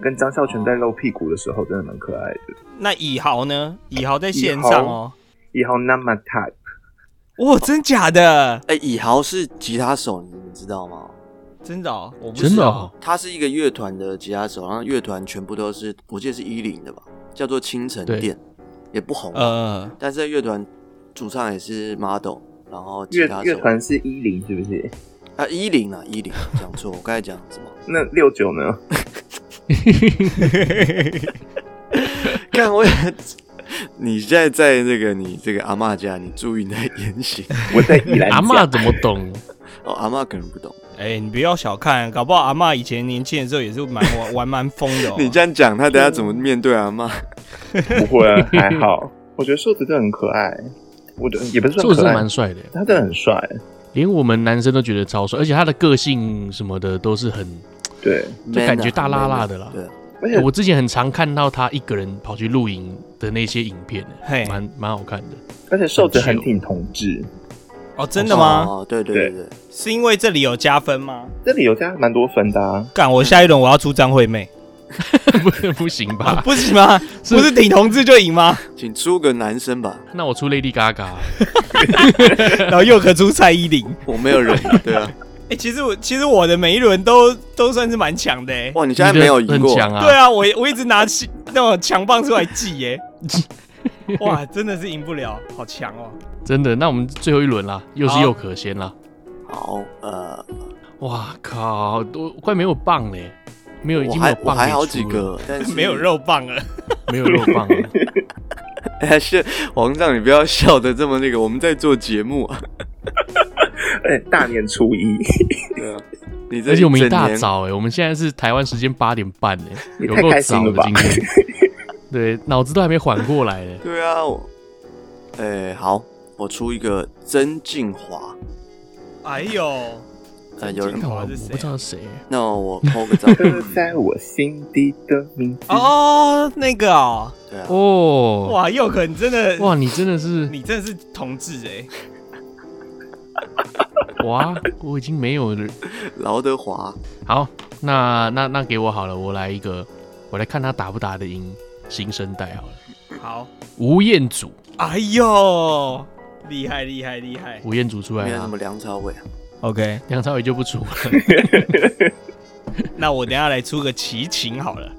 S4: 跟张孝全在露屁股的时候真的蛮可爱的。
S2: 那以豪呢？以豪在线
S4: 以
S2: 上哦
S4: 豪。以后那么太
S2: 哇，真假的？
S3: 哎，以豪是吉他手，你们知道吗？
S2: 真的、哦？我不
S1: 真
S2: 知
S1: 的
S2: 道
S1: 哦，
S3: 他是一个乐团的吉他手，然后乐团全部都是，我记得是一零的吧，叫做清晨
S1: 对
S3: 店，也不红，
S2: 呃，
S3: 但是乐团主唱也是 model，然后吉
S4: 乐
S3: 他
S4: 乐
S3: 手
S4: 团是一零是不是？
S3: 啊一零啊一零，讲错，我刚才讲什么？
S4: 那六九呢？
S3: 看我也， 你现在在那个你这个阿嬷家，你注意你的言行
S4: 我在宜兰
S1: 阿
S4: 妈
S1: 嬷怎么懂？
S3: 哦，阿嬷可能不懂。
S2: 哎、你不要小看，搞不好阿嬷以前年轻的时候也是蛮玩玩蛮疯 的、哦。
S3: 你这样讲，他等下怎么面对阿妈？
S4: 不会啊还 好，我觉得瘦子真的很可爱，我的也不是
S1: 瘦
S4: 说
S1: 子
S4: 可
S1: 真的
S4: 爱
S1: 蛮，帅的，
S4: 他真的很帅，
S1: 连我们男生都觉得超帅，而且他的个性什么的都是很……
S4: 对，
S1: 就
S3: Man 啊
S1: 感觉大辣
S3: man 啊
S1: 辣的啦
S3: 对啊，
S4: 而且
S1: 哎我之前很常看到他一个人跑去露营的那些影片，欸
S2: 嘿
S1: 蛮蛮好看的。
S4: 而且瘦子很挺同志，
S2: 哦，真的吗？
S3: 哦，对对对对，
S2: 是因为这里有加分吗？
S4: 这里有加蛮多分的、啊，
S2: 干，我下一轮我要出张惠妹，
S1: 不不行
S4: 啊
S1: 吧？
S2: 不行 吗？
S1: 是
S2: 不是挺同志就赢吗？
S3: 请出个男生吧，
S1: 那我出 Lady Gaga，啊
S2: 然后又可出蔡依林。
S3: 我 没有人，对啊，
S2: 哎、其实我其实我的每一轮都都算是蛮强的、哎。
S3: 哇，你现在没有
S1: 你的
S3: 赢
S1: 很
S3: 过，
S1: 强啊。
S2: 对，啊，我我一直拿起那种强棒出来 记耶、哇，真的是赢不了，好强哦！
S1: 真的。那我们最后一轮啦，又是
S2: 好
S1: 又可先啦。
S3: 好，呃，
S1: 哇靠，都快没有棒嘞，没有已
S3: 我
S1: 经没有
S3: 还我
S1: 棒可以
S3: 还好几
S1: 出了，
S3: 个，但 是
S2: 没有， 肉棒了，
S1: 没有肉棒啊了。
S3: 但是皇上你不要笑的这么那个，我们在做节目啊，
S4: 而且哎大年初一，
S3: 对啊，你这
S1: 而且我们一
S3: 整
S1: 大
S3: 年
S1: 早哎、我们现在是台湾时间八点半 哎、
S4: 你
S1: 有
S4: 太
S1: 够
S4: 开心
S1: 早
S4: 了
S1: 的
S4: 吧
S1: 今天。对，脑子都还没缓过来欸呢。
S3: 对啊，我，哎，好，我出一个曾静华，
S2: 哎呦，
S3: 呃，有人
S2: 曾静，华
S1: 我
S2: 是谁啊
S1: 不知道是谁欸、
S3: 那我 PO 个照
S4: 刻
S3: 片，
S4: 在我心底的名字。
S2: 哦，那个哦，
S3: 对啊，
S1: 哦，
S2: 哇，佑可你真的，
S1: 哇，你真的是
S2: 你真的是同志哎、
S1: 哇， 我已经没有了。
S3: 劳德华，
S1: 好，那那那给我好了，我来一个，我来看他打不打得赢新生代好了。
S2: 好，
S1: 吴彦祖，
S2: 哎呦，厉害厉害厉害
S1: 吴彦祖出来
S3: 没有什
S1: 了
S3: 么，梁朝伟啊，
S2: ，OK，
S1: 梁朝伟就不出了。
S2: 那我等一下来出个齐秦好 了，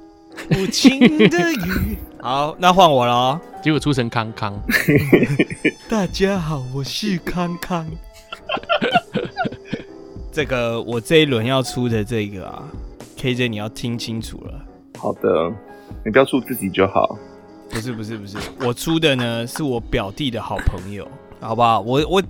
S2: 无情的雨，好，那换我了哦。
S1: 结果出成康康，
S2: 大家好，我是康康。 这个我这一轮要出的这个啊，KJ 你要听清楚了，
S4: 好的，你不要祝自己就好。
S2: 不是不是不是，我出的呢是我表弟的好朋友，好不好？我我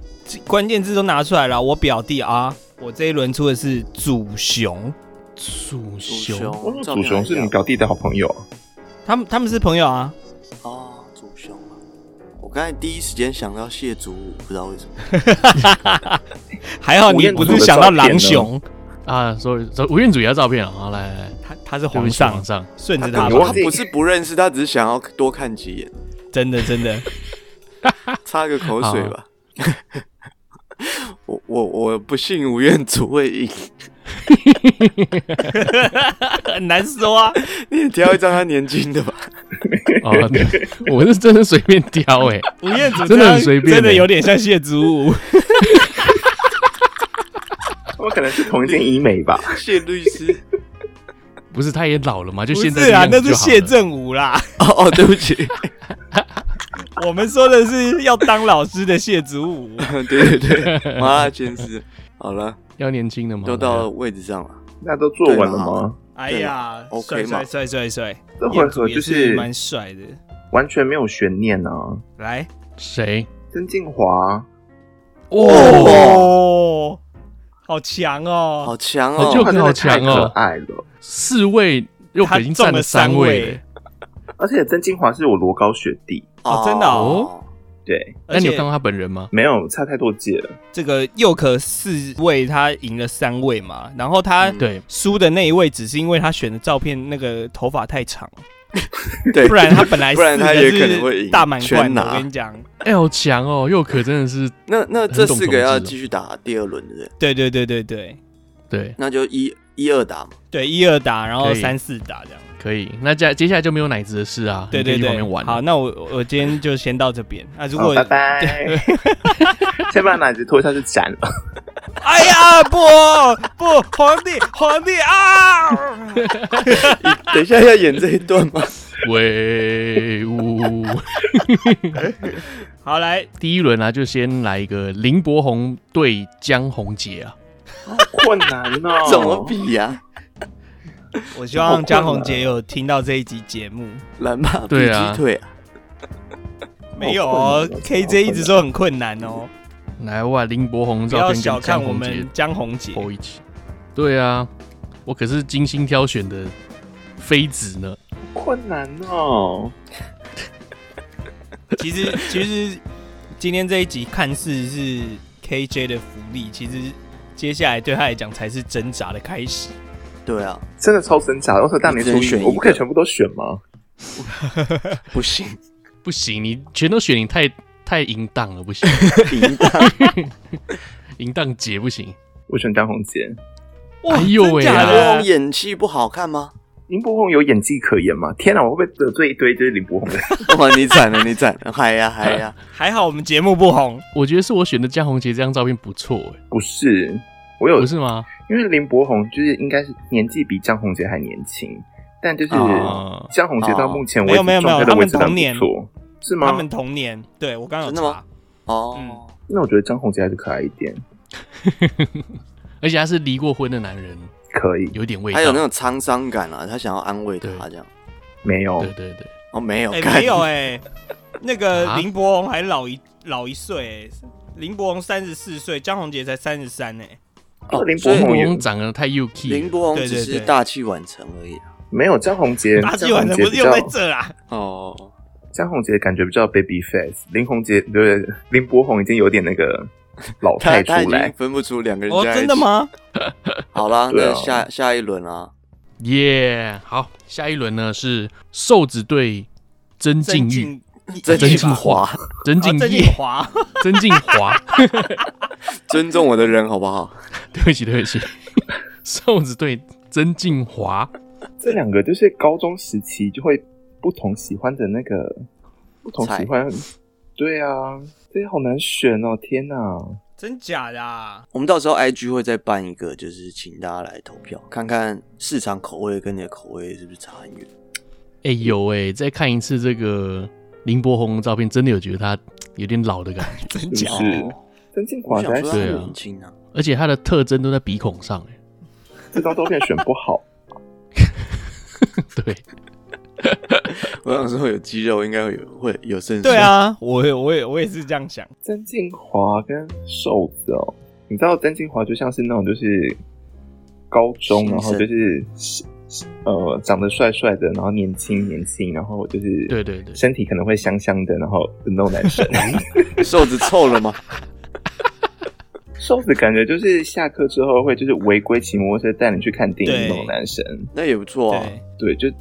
S2: 关键字都拿出来了，我表弟啊，我这一轮出的是祖雄，
S1: 鼠
S3: 祖
S1: 熊
S3: 雄，照
S4: 祖
S3: 片
S4: 雄
S3: 还
S4: 是你
S3: 要
S4: 表弟的好朋友，
S2: 他们他们是朋友啊，
S3: 哦，祖雄啊。我刚才第一时间想到谢祖武，不知道为什么。
S2: 还好
S4: 吴
S2: 你
S4: 彦
S2: 不
S4: 祖
S2: 是
S4: 的
S2: 想到
S4: 照片
S2: 狼
S4: 呢
S2: 熊，
S1: 啊，所以所以吴彦祖也要照片啊，好来来来，
S2: 他他是
S1: 对不
S2: 皇
S1: 起
S2: 上
S1: 皇，上，
S2: 顺着
S4: 他
S2: 他
S4: 可
S2: 吧
S4: 能
S3: 他
S4: 忘，记
S3: 不是不认识，他只是想要多看几眼，
S2: 真的真的，
S3: 擦个口水吧。 我我我不信吴彦祖会赢，
S2: 很难说啊。
S3: 你也挑一张他年轻的吧。
S1: 哦，对 我是真的随便挑哎、
S2: 吴彦祖
S1: 真的
S2: 这样
S1: 很随便
S2: 真的
S1: 欸
S2: 有点像谢祖武。
S4: 他们可能是同一件医美 吧？
S3: 谢律师，
S1: 不是他也老了嘛，就
S2: 不
S1: 现在
S2: 是啊，
S1: 这
S2: 那
S1: 样子
S2: 是
S1: 就好
S2: 谢
S1: 了
S2: 振武啦。
S3: 哦哦，对不起，
S2: 我们说的是要当老师的谢祖武。
S3: 对对对，麻辣鲜师。好了，
S1: 要年轻的嘛，
S3: 都到位置上了。
S4: 那都做完了吗？
S2: 哎呀帅
S3: 对嘛
S2: 帅
S3: OK 嘛
S2: 帅帅帅，
S4: 这
S2: 彦
S4: 回
S2: 祖
S4: 合
S2: 也
S4: 就是是
S2: 蛮帅的。
S4: 完全没有悬念啊！
S2: 来
S1: 谁？哦
S4: 曾敬华，
S2: 哦，好强
S3: 哦好
S2: 哦！
S3: 强
S1: 好就
S3: 哦！
S4: 他真的
S1: 好强
S4: 太
S1: 哦
S4: 可爱了。
S1: 四位又
S2: 他
S1: 已经
S2: 中
S1: 占
S2: 了
S1: 三
S2: 位
S1: 了
S2: 欸，，
S4: 而且曾敬华是我罗高学弟，
S2: 哦真的
S1: 哦，
S4: 对，
S1: 那你有
S2: 而且
S1: 看到他本人吗？
S4: 没有差太多届了。
S2: 这个佑可四位他赢了三位嘛，然后他
S3: 嗯
S1: 对，
S2: 输的那一位只是因为他选的照片那个头发太长，
S3: 对，
S2: 不然他本来
S3: 不然他
S2: 四个
S3: 也
S2: 是
S3: 可能会赢
S2: 大满贯
S3: 全
S2: 的。
S3: 拿
S2: 我跟你讲，
S1: 哎，好强哦，佑可真的是
S3: 那那这四个要
S1: 很懂统治哦
S3: 继续打第二轮，对不对？
S2: 对对对对对
S1: 对，
S3: 那就一一二打嘛。
S2: 对，一二打，然后
S1: 可以
S2: 三四打这样。
S1: 可以。那接接下来就没有奶子的事啊，
S2: 对
S1: 你可以
S2: 对
S1: 去旁
S2: 对
S1: 边，玩。
S2: 好，那我我今天就先到这边。那如
S4: 好，
S2: 果
S4: 拜拜。 先把奶子脱下去斩了。
S2: 哎呀，不不，皇帝皇帝啊！
S3: 等一下要演这一段吗？
S1: 威武！
S2: 好来，
S1: 第一轮啊，就先来一个林柏宏对江宏杰啊，
S4: 困难 哦，
S3: 怎么比啊呀？
S2: 我希望江宏杰有听到这一集节目。
S3: 蓝马比
S1: 对啊
S3: 鸡腿啊！
S2: 没有哦
S4: 好困难
S2: ，KJ 一直说很困难哦，
S1: 来哇，林柏宏
S2: 不
S1: 照
S2: 要
S1: 片
S2: 小
S1: 跟
S2: 看
S1: 江
S2: 我
S1: 宏杰
S2: 们江宏杰。
S1: po 一起。对啊，我可是精心挑选的妃子呢。
S4: 困难哦。
S2: 其实其实今天这一集看似是 KJ 的福利，其实接下来对他来讲才是挣扎的开始。
S3: 对啊，
S4: 真的超挣扎的。我说大年初
S3: 你只能
S4: 一，
S3: 选
S4: 我
S3: 一
S4: 不
S3: 个
S4: 可以全部都选吗？
S3: 不行，
S1: 不行，你全都选你太太淫荡了，不 行，
S3: 淫荡
S1: 淫荡姐不行。
S4: 我选张宏杰。
S2: 哇，
S1: 哎呦喂
S2: 真假
S1: 啊
S3: 这
S2: 的
S3: 种？演戏不好看吗？
S4: 林柏宏有演技可言吗？天哪，我会不会得罪一堆就是林柏宏的人？
S3: 哇，你惨了，你惨了，嗨呀嗨呀！
S2: 还好我们节目不红，
S1: 我觉得是我选的江宏杰这张照片不错、欸，
S4: 不是，我有
S1: 不，是吗？
S4: 因为林柏宏就是应该是年纪比张宏杰还年轻，但就是
S3: 哦
S4: 张宏杰到目前为
S2: 啊没有
S4: 止
S2: 没有没有
S4: 状态都维持得
S2: 他们
S4: 很
S2: 同年
S4: 不错，是吗？
S2: 他们同年。对我刚刚有
S3: 真的吗
S2: 查
S3: 哦，
S4: 那我觉得张宏杰还是可爱一点，
S1: 而且他是离过婚的男人，
S4: 可以
S1: 有点味道。
S3: 还有那种沧桑感啊，他想要安慰他
S1: 对
S3: 这样。
S4: 没有
S1: 对对对，
S3: 哦，没有，
S2: 哎、
S3: 干
S2: 没有 哎、那个
S1: 啊
S2: 林柏宏还老一老一岁、欸，林柏宏三十四岁，江宏杰才三十三呢。哎
S3: 哦
S4: 林柏
S3: 所以
S1: 林
S4: 宏
S1: 柏
S4: 也
S1: 宏长得太幼气了，
S3: 林柏宏
S2: 对对
S3: 只是
S2: 对
S3: 大器晚成而已啊。
S4: 没有张宏杰，
S2: 大器
S4: 张
S2: 晚
S4: 宏
S2: 成
S4: 杰
S2: 不是
S4: 比
S2: 用
S4: 较
S2: 在这啊啦？
S3: 哦，
S4: 张宏杰感觉比较 baby face，林宏杰对不对？林柏宏已经有点 那个老
S3: 他
S4: 太出
S3: 他已
S4: 来
S3: 经，分不出两个人
S2: 哦，
S3: 在一起
S2: 真的？吗？
S3: 好啦，
S4: 对啊
S3: 那下下一轮啊，
S1: 耶、好，下一轮呢是瘦子对曾静
S2: 郑
S1: 玉、
S2: 敬
S3: 曾
S1: 敬
S3: 敬华，
S1: 曾静
S2: 啊郑
S1: 叶
S2: 敬、华，
S1: 曾静华。
S3: 尊重我的人好不好？
S1: 对不起，对不起，瘦子对曾静华。
S4: 这两个就是高中时期就会不同喜欢的那个不同喜欢，对啊，这些好难选哦！天哪，
S2: 真假的、啊？
S3: 我们到时候 IG 会再办一个，就是请大家来投票，看看市场口味跟你的口味是不是差很远。
S1: 哎、有哎、再看一次这个林柏宏的照片，真的有觉得他有点老的感觉。
S2: 真
S4: 是
S2: 假
S4: 不？是？曾敬华
S3: 我想
S4: 才
S3: 说他
S1: 对
S3: 很
S1: 啊
S3: 年轻啊，
S1: 而且它的特征都在鼻孔上、欸，
S4: 这张照片选不好，
S1: 对，
S3: 我想说有肌肉应该会有会有肾上。
S2: 对，啊，我也我也我也是这样想。
S4: 曾静华跟瘦子哦，你知道曾静华就像是那种就是高中，
S3: 新生
S4: 然后就是呃长得帅帅的，然后年轻年轻，然后就是
S1: 对对对
S4: 身体可能会香香的，然后的那种男生。
S3: 瘦子臭了吗？
S4: 瘦子感觉就是下课之后会就是违规骑摩托车带你去看电影那种男生，
S3: 那也不错啊，
S2: 对，
S4: 对，就就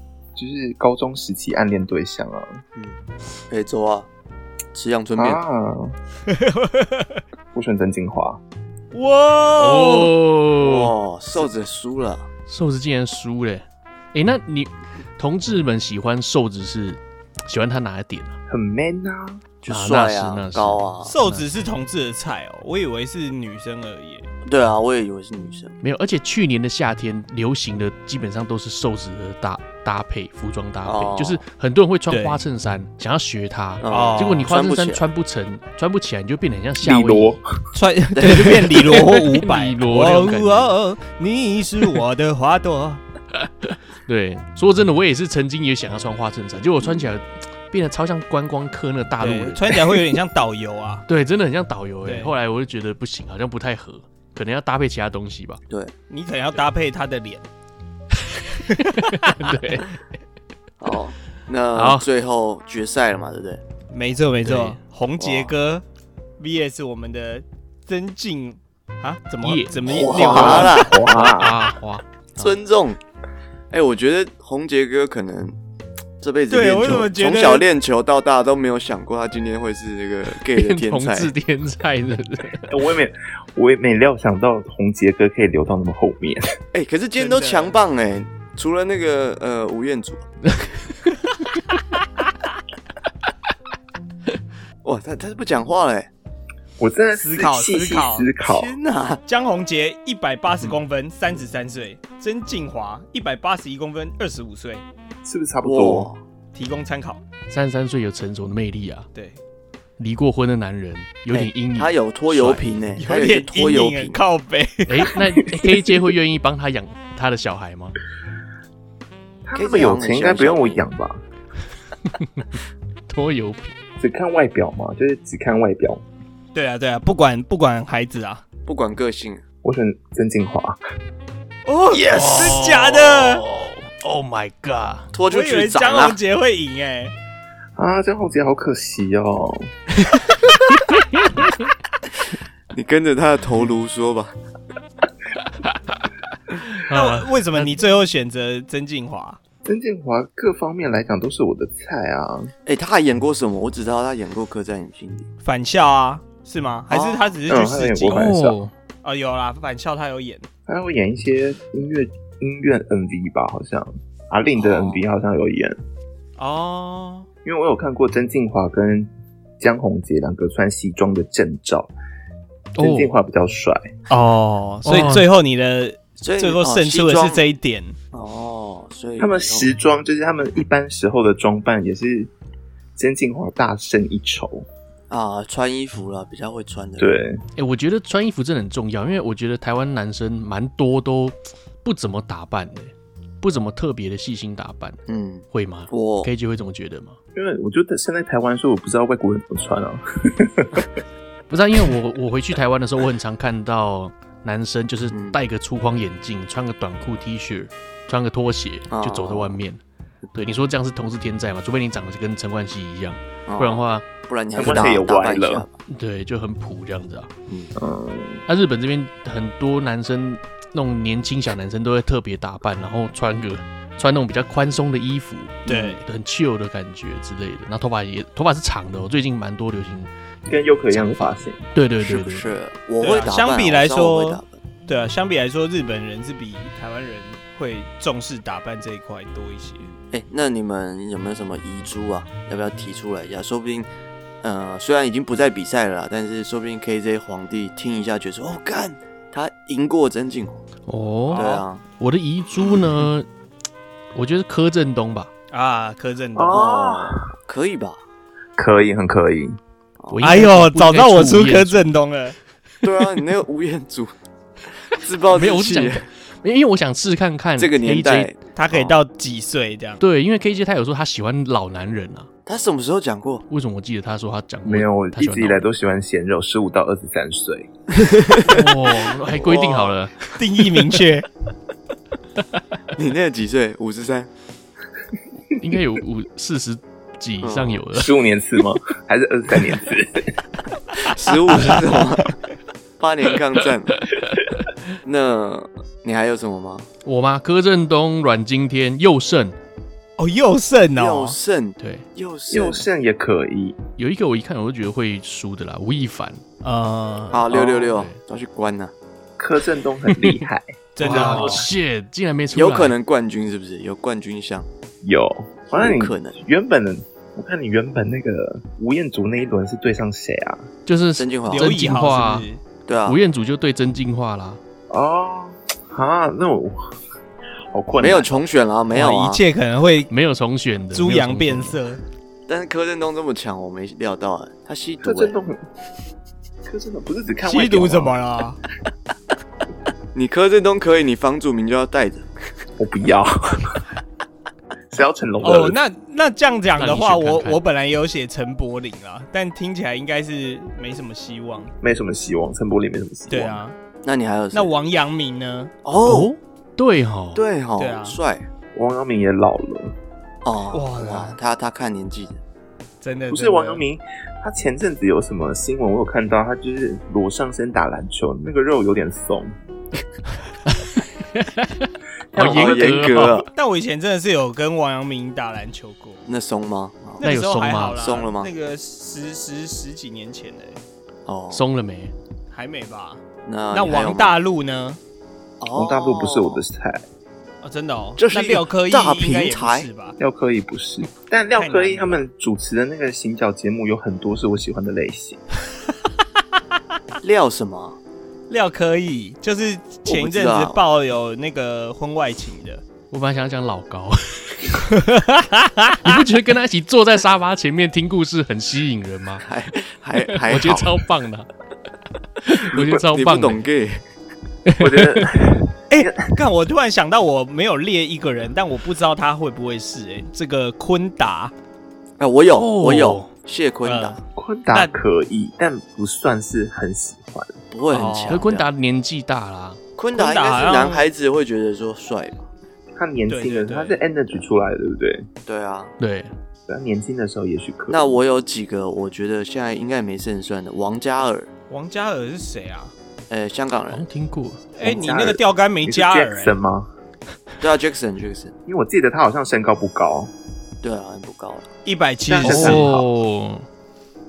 S4: 是高中时期暗恋对象啊
S3: 嗯可以走啊，吃阳春面。
S4: 啊！我选曾静华，
S2: 哇哦，
S1: 哦，
S3: 哇，瘦子输了，
S1: 瘦子竟然输嘞！哎、那你同志们喜欢瘦子是喜欢他哪一点啊？
S4: 很 man 啊，
S3: 就
S1: 啊
S3: 帅
S1: 那是那
S3: 啊，
S1: 是
S3: 高啊，
S2: 瘦子是同志的菜哦，我以为是女生而已。
S3: 对啊，我也以为是女生。
S1: 没有，而且去年的夏天流行的基本上都是瘦子的搭搭配，服装搭配，
S3: 哦
S1: 就是很多人会穿
S2: 对
S1: 花衬衫，想要学他，
S2: 哦
S1: 结果你花衬
S3: 穿不
S1: 衫
S3: 起来
S1: 穿不成，穿不起来，你就变得很像夏
S4: 李
S1: 威夷
S4: 罗。
S2: 穿对就变 李罗或伍
S1: 变
S2: 佰，
S1: 李罗那种感觉
S2: 哦哦，你是我的花朵。
S1: 对，说真的，我也是曾经也想要穿花衬衫，结果我穿起来变得超像观光客那个大陆
S2: 对，
S1: 人，
S2: 穿起来会有点像导游啊。
S1: 对，真的很像导游哎、
S2: 对
S1: 后来我就觉得不行，好像不太合，可能要搭配其他东西 吧。
S3: 对，
S2: 你可能要搭配他的脸，
S1: 对，
S3: 好，
S1: 好
S3: 那最后决赛了嘛，对不对？
S2: 没错没
S1: 对
S2: 错，洪杰哥 VS 我们的曾静啊，怎么
S1: 叶
S2: 怎么
S3: 华
S2: 念啊？
S3: 啦，
S4: 哇，
S1: 啊花，
S2: 嗯
S3: 尊重。哎，我觉得洪杰哥可能这辈子
S2: 对
S3: 练
S2: 我怎
S3: 球，
S2: 么觉得
S3: 从小练球到大都没有想过他今天会是那个 gay 的
S1: 变
S3: 天
S1: 同
S3: 才。
S1: 志天才是不是？
S4: 我也没我也没料想到洪杰哥可以留到那么后面，
S3: 哎，可是今天都强棒哎，除了那个呃吴彦祖。 哇，他他是不讲话嘞！
S4: 我真的是
S2: 思考
S4: 细细
S2: 思考
S4: 思考，
S3: 天哪，
S2: 江宏杰一百八十公分，三十三岁；曾静华一百八十一公分，二十五岁。
S4: 是不是差不多？
S3: 哇，
S2: 提供参考。
S1: 三十三岁有成熟的魅力啊，
S2: 对，
S1: 离过婚的男人有点阴影。
S3: 哎他有拖油瓶呢，他
S2: 有
S3: 一个
S2: 点
S3: 拖
S2: 阴
S3: 油
S2: 影欸
S3: 瓶，
S2: 靠背。
S1: 哎、那 KJ 会愿意帮他养他的小孩吗？
S4: 他那么有钱，应该不用我养吧？
S1: 拖油瓶，
S4: 只看外表嘛，就是只看外表。
S2: 对啊，对啊，不管不管孩子啊。
S3: 不管个性。
S4: 我选曾静华，
S2: 哦
S3: Yes
S2: 是假的。
S1: Oh my god！
S3: 拖
S2: 我
S3: 出
S2: 以为
S3: 去长
S2: 江
S3: 啦
S2: 宏！杰会赢哎、
S4: 啊，江宏杰好可惜哦。
S3: 你跟着他的头颅说吧。
S1: 啊，
S2: 那为什么你最后选择曾静华？
S4: 曾静华各方面来讲都是我的菜啊，
S3: 哎、他还演过什么？我只知道他演过《刻在你心底
S2: 返校啊，是吗？还是他只是去
S4: 嗯他
S2: 试
S4: 演
S2: 镜
S4: 过？返
S1: 哦，
S2: 哦，有啦，返校他有演。
S4: 还会演一些音乐音乐 MV 吧，好像阿令的
S3: 哦
S4: MV 好像有演，
S2: 哦，
S4: 因为我有看过曾静华跟江宏杰两个穿西装的正照，曾静华比较帅，
S2: 哦，所
S1: 哦
S2: 以最后你的》，
S3: 所以
S2: 最后胜出的是这一点。
S3: 哦，西装哦所以
S4: 他们
S3: 十
S4: 时装就是他们一般时候的装扮也是曾静华大胜一筹，
S3: 啊穿衣服了，比较会穿的。，
S4: 对，
S1: 哎、我觉得穿衣服真的很重要，因为我觉得台湾男生蛮多都不怎么打扮的，不怎么特别的细心打扮，
S3: 嗯，
S1: 会吗
S3: 我
S1: ？KJ 会这么觉得吗？
S4: 因为我就现在台湾说我不知道外国人怎么穿啊，
S1: 不是、啊，因为我我回去台湾的时候，我很常看到男生就是
S3: 嗯
S1: 戴个粗框眼镜，穿个短裤 T 恤，穿个拖鞋
S3: 哦
S1: 就走在外面。对，你说这样是同是天灾嘛？除非你长得跟陈冠希一样，
S3: 哦
S1: 不然的话，
S3: 不然你还
S4: 他
S3: 是
S4: 们
S3: 打
S4: 可以有
S3: 打扮一
S4: 歪
S3: 下
S4: 了
S3: 吧。
S1: 对，就很普这样子啊。
S3: 嗯，
S4: 嗯，
S1: 那日本这边很多男生，那种年轻小男生都会特别打扮，然后穿个穿那种比较宽松的衣服，
S2: 对
S1: 很 chill 的感觉之类的。然后头发也头发是长的、哦，最近蛮多流行。
S4: 跟优可一样的发型，
S1: 对对
S3: 是
S1: 对
S3: 不
S1: 对，
S3: 是？我会打扮啊、
S2: 相比来说
S3: 我知道我会打扮
S2: 对啊，相比来说，日本人是比台湾人会重视打扮这一块多一些。
S3: 哎、那你们有没有什么遗珠啊？要不要提出来一下？说不定，呃，虽然已经不在比赛了啦，但是说不定 KJ 皇帝听一下，觉得说，哦，干，他赢过曾静华。
S1: 哦
S3: 对啊，
S1: 我的遗珠呢，我觉得是柯震东吧，
S2: 啊，柯震东。
S4: 哦
S3: 可以吧？
S4: 可以，很可以。
S1: 我应该
S2: 哎呦，
S1: 哦不应该
S2: 早知道我
S1: 出
S2: 出
S1: 吴彦
S2: 柯
S1: 祖
S2: 震东了。
S3: 对啊，你那个无眼族 自暴自
S1: 没有，我是
S3: 弃
S1: 想，
S3: 耶，
S1: 因为我想试看看
S3: 这个年
S1: KJ
S3: 代
S2: 他可以到几岁这样？
S1: 对，因为 KJ 他有说他喜欢老男人啊，
S3: 他什么时候讲过？
S1: 为什么我记得他说他讲过
S4: 没有，我
S1: 他
S4: 一
S1: 喜欢
S4: 直以
S1: 老
S4: 来都喜欢咸肉，十五到二十三 岁。
S1: 哦，还规定好了，
S2: 定义明确，
S3: 你那个几岁？五十三，
S1: 应该有五四十几以上有了。
S4: 十五年次吗？ 还是二十三年 次？
S3: 十五是什么？八年抗战。那你还有什么吗？
S1: 我吗？柯震东、阮经天、佑胜，
S2: 哦，又胜
S1: 啊
S3: 佑
S2: 哦，
S3: 胜，
S1: 对，
S3: 佑胜，
S4: 右肾也可以，
S1: 有一个我一看我就觉得会输的啦，吴亦凡，
S2: 呃，
S3: 好六六六
S1: 哦，
S3: 要去关呐、
S4: 柯震东很厉害，
S2: 真的
S1: 哇
S2: 哦，
S1: ，shit，竟然没出来，
S3: 有可能冠军是不是？有冠军相，
S4: 有。好像你
S3: 有可能。
S4: 原本我看你原本那个吴彦祖那一轮是对上谁啊？
S1: 就是
S3: 曾俊华
S1: 刘
S2: 刘
S1: 真
S2: 以
S1: 进化
S2: 豪
S1: 啊
S2: 是不是？
S3: 对啊
S1: 吴，彦祖就对真进化啦。
S4: 哦，啊，那我好困
S3: 没
S4: 难。
S3: 有重选了、啊，没有
S2: 哇
S3: 啊
S2: 一。切可能会
S1: 没有重选的，
S2: 猪
S1: 没有
S2: 羊
S1: 重
S2: 变
S1: 选的。
S2: 色。
S3: 但是柯震东这么强，我没料到哎、他吸毒
S4: 柯
S3: 哎、
S4: 震东很， 柯震东不是只看外
S2: 吸
S4: 表
S2: 毒
S3: 啊
S4: 吗
S2: 怎么？了？
S3: 欸你柯震东可以，你房祖名就要带着。
S4: 我不要， 谁要成龙的？
S2: 哦，那那这样讲的话，
S1: 让你去看
S2: 我
S1: 看
S2: 我本来也有写陈柏霖啊，但听起来应该是没什么希望。
S4: 没什么希望，陈柏霖没什么希望。
S2: 对，啊，
S3: 那你还有谁
S2: 那王阳明呢？
S3: 哦
S1: 哦，对哈，，
S3: 对
S2: 对啊
S3: 哦，帅
S4: 王阳明也老了，
S3: 哦
S2: 哇
S3: 哇，他他看年纪的，
S2: 真的
S4: 不是
S2: 真的
S4: 王阳明，他前阵子有什么新闻我有看到，他就是裸上身打篮球，那个肉有点 松。
S1: 好
S3: 好
S1: 严
S3: 严
S1: 格
S3: 格
S1: 哦
S3: 啊。
S2: 但我以前真的是有跟王阳明打篮球过，
S3: 那松吗？哦
S1: 那
S2: 个
S1: 有
S2: 时候
S1: 松
S2: 还
S1: 吗
S2: 好啦，
S3: 松了吗
S2: 那个十十十几年前的，
S3: 哦，
S1: 松了没？
S2: 还没吧？
S3: 那
S2: 那
S3: 啊你还有
S2: 王
S3: 吗
S2: 大陆呢？
S3: 哦
S4: 王大陆不是我的菜，
S2: 哦，真的哦，
S3: 这是
S2: 那
S3: 一个
S2: 廖科义
S3: 大
S2: 应该也不
S3: 平台
S2: 是吧？
S4: 廖科义不是，但廖科
S2: 太难了
S4: 义他们主持的那个行脚节目有很多是我喜欢的类 型。
S3: 料什么？
S2: 廖科义就是前一阵
S3: 我不知
S2: 子
S3: 道
S2: 爆有那个婚外情的，
S1: 我本来想讲老高， 你不觉得跟他一起坐在沙发前面听故事很吸引人吗？
S3: 还还还
S1: 我觉得
S3: 好
S1: 超棒 的，我觉
S3: 你
S1: 得
S3: 不
S1: 超
S3: 你不
S1: 棒欸的
S3: 懂 gay，
S4: 我觉得
S2: 看，我突然想到，我没有列一个人，但我不知道他会不会是哎、欸这个昆达，
S3: 哎，我有
S1: 哦
S3: 我有谢坤达
S2: 呃，
S4: 昆达可以，但不算是很喜欢。
S3: 不会很
S2: 哦
S1: 可是
S3: 强。
S1: 昆达年纪大啦，
S3: 昆达
S2: 昆
S3: 应
S2: 达
S3: 该
S2: 好
S3: 是
S2: 像
S3: 男孩子会觉得说帅吧？
S4: 他年轻的时候，他
S2: 对对
S4: 是 Energy 出来的，对不对？
S3: 对啊，
S1: 对，
S4: 他年轻的时候也许可以。
S3: 那我有几个我觉得现在应该没胜算的，王嘉尔，
S2: 王嘉尔是谁啊？
S3: 呃，香港
S1: 好
S3: 人
S1: 像，听过，
S2: 哎、
S4: 王
S2: 你
S4: 嘉尔
S2: 那个钓竿没
S4: 你是
S2: 嘉尔、
S4: Jackson
S2: 欸，
S4: 吗？
S3: 对啊，Jackson Jackson，
S4: 因为我记得他好像身高不高，
S3: 对啊，不高了。
S2: 一百七
S4: 但
S2: 十
S4: 是
S2: 四
S4: 很，好
S1: 哦，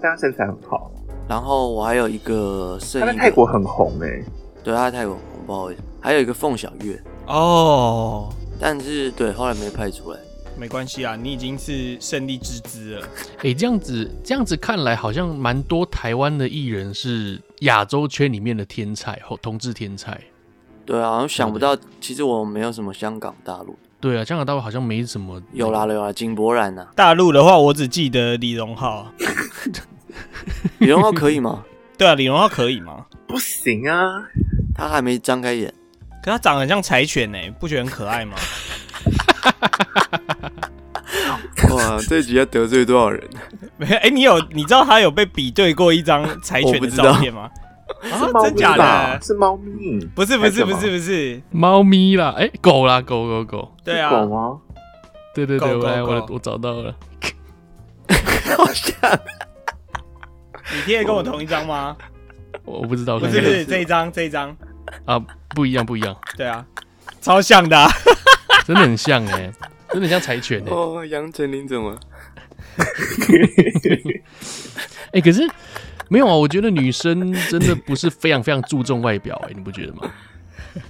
S4: 但他身材很好。
S3: 然后我还有一个剩
S4: 他在
S3: 一
S4: 泰
S3: 个
S4: 国，很红哎、
S3: 对，他在泰国，不好意思，还有一个凤小岳，
S2: 哦，
S3: 但是对后来没派出来。
S2: 没关系啊，你已经是胜利之姿了。
S1: 哎，这样子这样子看来，好像蛮多台湾的艺人是亚洲圈里面的天才，后同志天才。
S3: 对啊，我想不到，其实我没有什么香港、大陆，
S1: 对啊，香港大陆好像没什么
S3: 有啦有啦，井柏然啊呐，
S2: 大陆的话，我只记得李荣浩，
S3: 李荣浩可以吗？
S2: 对啊，李荣浩可以吗？
S4: 不行啊，
S3: 他还没张开眼，
S2: 可他长得很像柴犬呢、欸不觉得很可爱吗？
S3: 哇，这集要得罪多少人？啊
S2: 没有，哎、你有你知道他有被比对过一张柴
S3: 我
S2: 犬
S3: 不
S2: 的
S3: 知道
S2: 照片吗？啊
S4: 是猫
S2: 真
S4: 咪
S2: 假
S4: 吧？
S2: 的？
S4: 是猫咪，
S2: 不是不是不
S4: 还什
S2: 是
S4: 么
S2: 不是，
S1: 猫咪啦，哎、狗啦，狗狗狗，
S2: 对啊，
S4: 狗吗？
S1: 对对对，
S2: 狗狗
S1: 我来我来
S2: 狗
S1: 我找到了，
S3: 好像
S2: 你贴的跟我同一张吗？
S1: 我我不知道，
S2: 不
S1: 看
S2: 是
S1: 看
S2: 不是这一张这一张，
S1: 啊，不一样不一样，
S2: 对啊，超像的、啊。
S1: 真的很像哎、真的很像柴犬哎、
S3: 哦，杨丞琳怎么？
S1: 哎、可是没有啊，我觉得女生真的不是非常非常注重外表哎、你不觉得吗？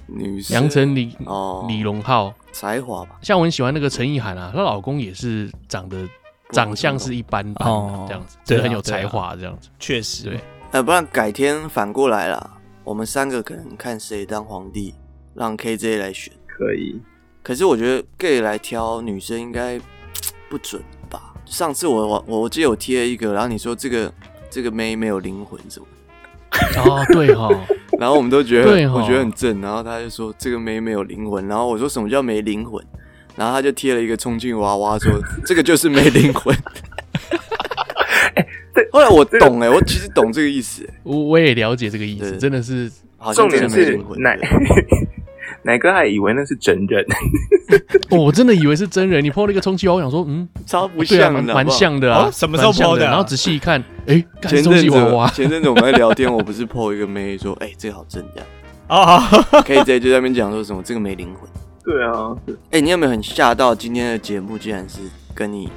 S3: 女生
S1: 杨丞琳、
S3: 哦，
S1: 李荣浩，
S3: 才华吧，
S1: 像我很喜欢那个陈意涵啊，她老公也是长得长相是一般般
S2: 哦
S1: 这样子，就
S2: 对啊
S1: 是很有
S2: 对啊
S1: 才华这样子，
S2: 确实，
S1: 对
S3: 呃，不然改天反过来啦，我们三个可能看谁当皇帝，让 KJ 来选。
S4: 可以，
S3: 可是我觉得 gay 来挑女生应该不准吧？上次我我我记得我贴了一个，然后你说这个这个妹没有灵魂，怎么？
S1: 哦，对哈、哦，
S3: 然后我们都觉得
S1: 对哦
S3: 我觉得很正，然后他就说这个妹没有灵魂，然后我说什么叫没灵魂，然后他就贴了一个充气娃娃说 这个就是没灵 魂。后来我懂哎、我其实懂这个意思、
S1: 我我也了解这个意思，
S3: 对
S1: 真的是
S3: 好像
S4: 重
S3: 真
S4: 点
S3: 的没
S4: 是
S3: 灵魂。
S4: 奶 奶哥还以为那是真人，
S1: 哦我真的以为是真人。你 PO 了一个充气娃，我想说，嗯，
S3: 超不
S1: 对啊，
S3: 像的，
S1: 蛮蛮
S3: 好不好
S1: 像的啊，
S2: 哦什么时候
S1: 蛮像
S2: po 的啊
S1: 然后仔细一看，哎，干
S3: 前
S1: 充
S3: 阵
S1: 气
S3: 子
S1: 娃娃，
S3: 前阵子我们在聊天，我不是 PO 一个妹说，哎、这个好正这样
S2: 哦，
S3: ，KJ 就在那边讲说什么这个没灵魂。
S4: 对啊，
S3: 哎、你有没有很吓到今天的节目竟然是跟你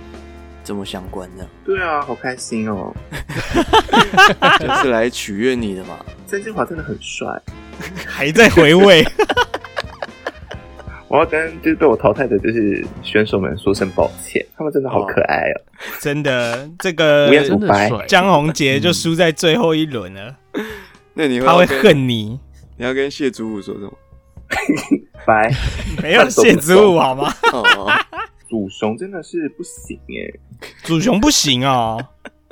S3: 这么相关 的？
S4: 对啊，好开心哦！
S3: 就是来取悦你 的嘛？
S4: 郑俊华真的很帅，
S2: 还在回 味。
S4: 我要跟就是被我淘汰的就是选手们说声抱歉，他们真的好可爱哦。
S2: 真的，这个
S4: 我也是
S1: 真的帅，
S2: 江宏杰就输在最后一轮了，
S3: 那你会
S2: 他会
S3: 要跟
S2: 恨你。
S3: 你要跟谢祖武说什 么？
S4: 拜，
S2: 没有谢子武好吗？
S3: 哦哦，
S4: 祖雄真的是不行耶。
S2: 祖雄不行哦，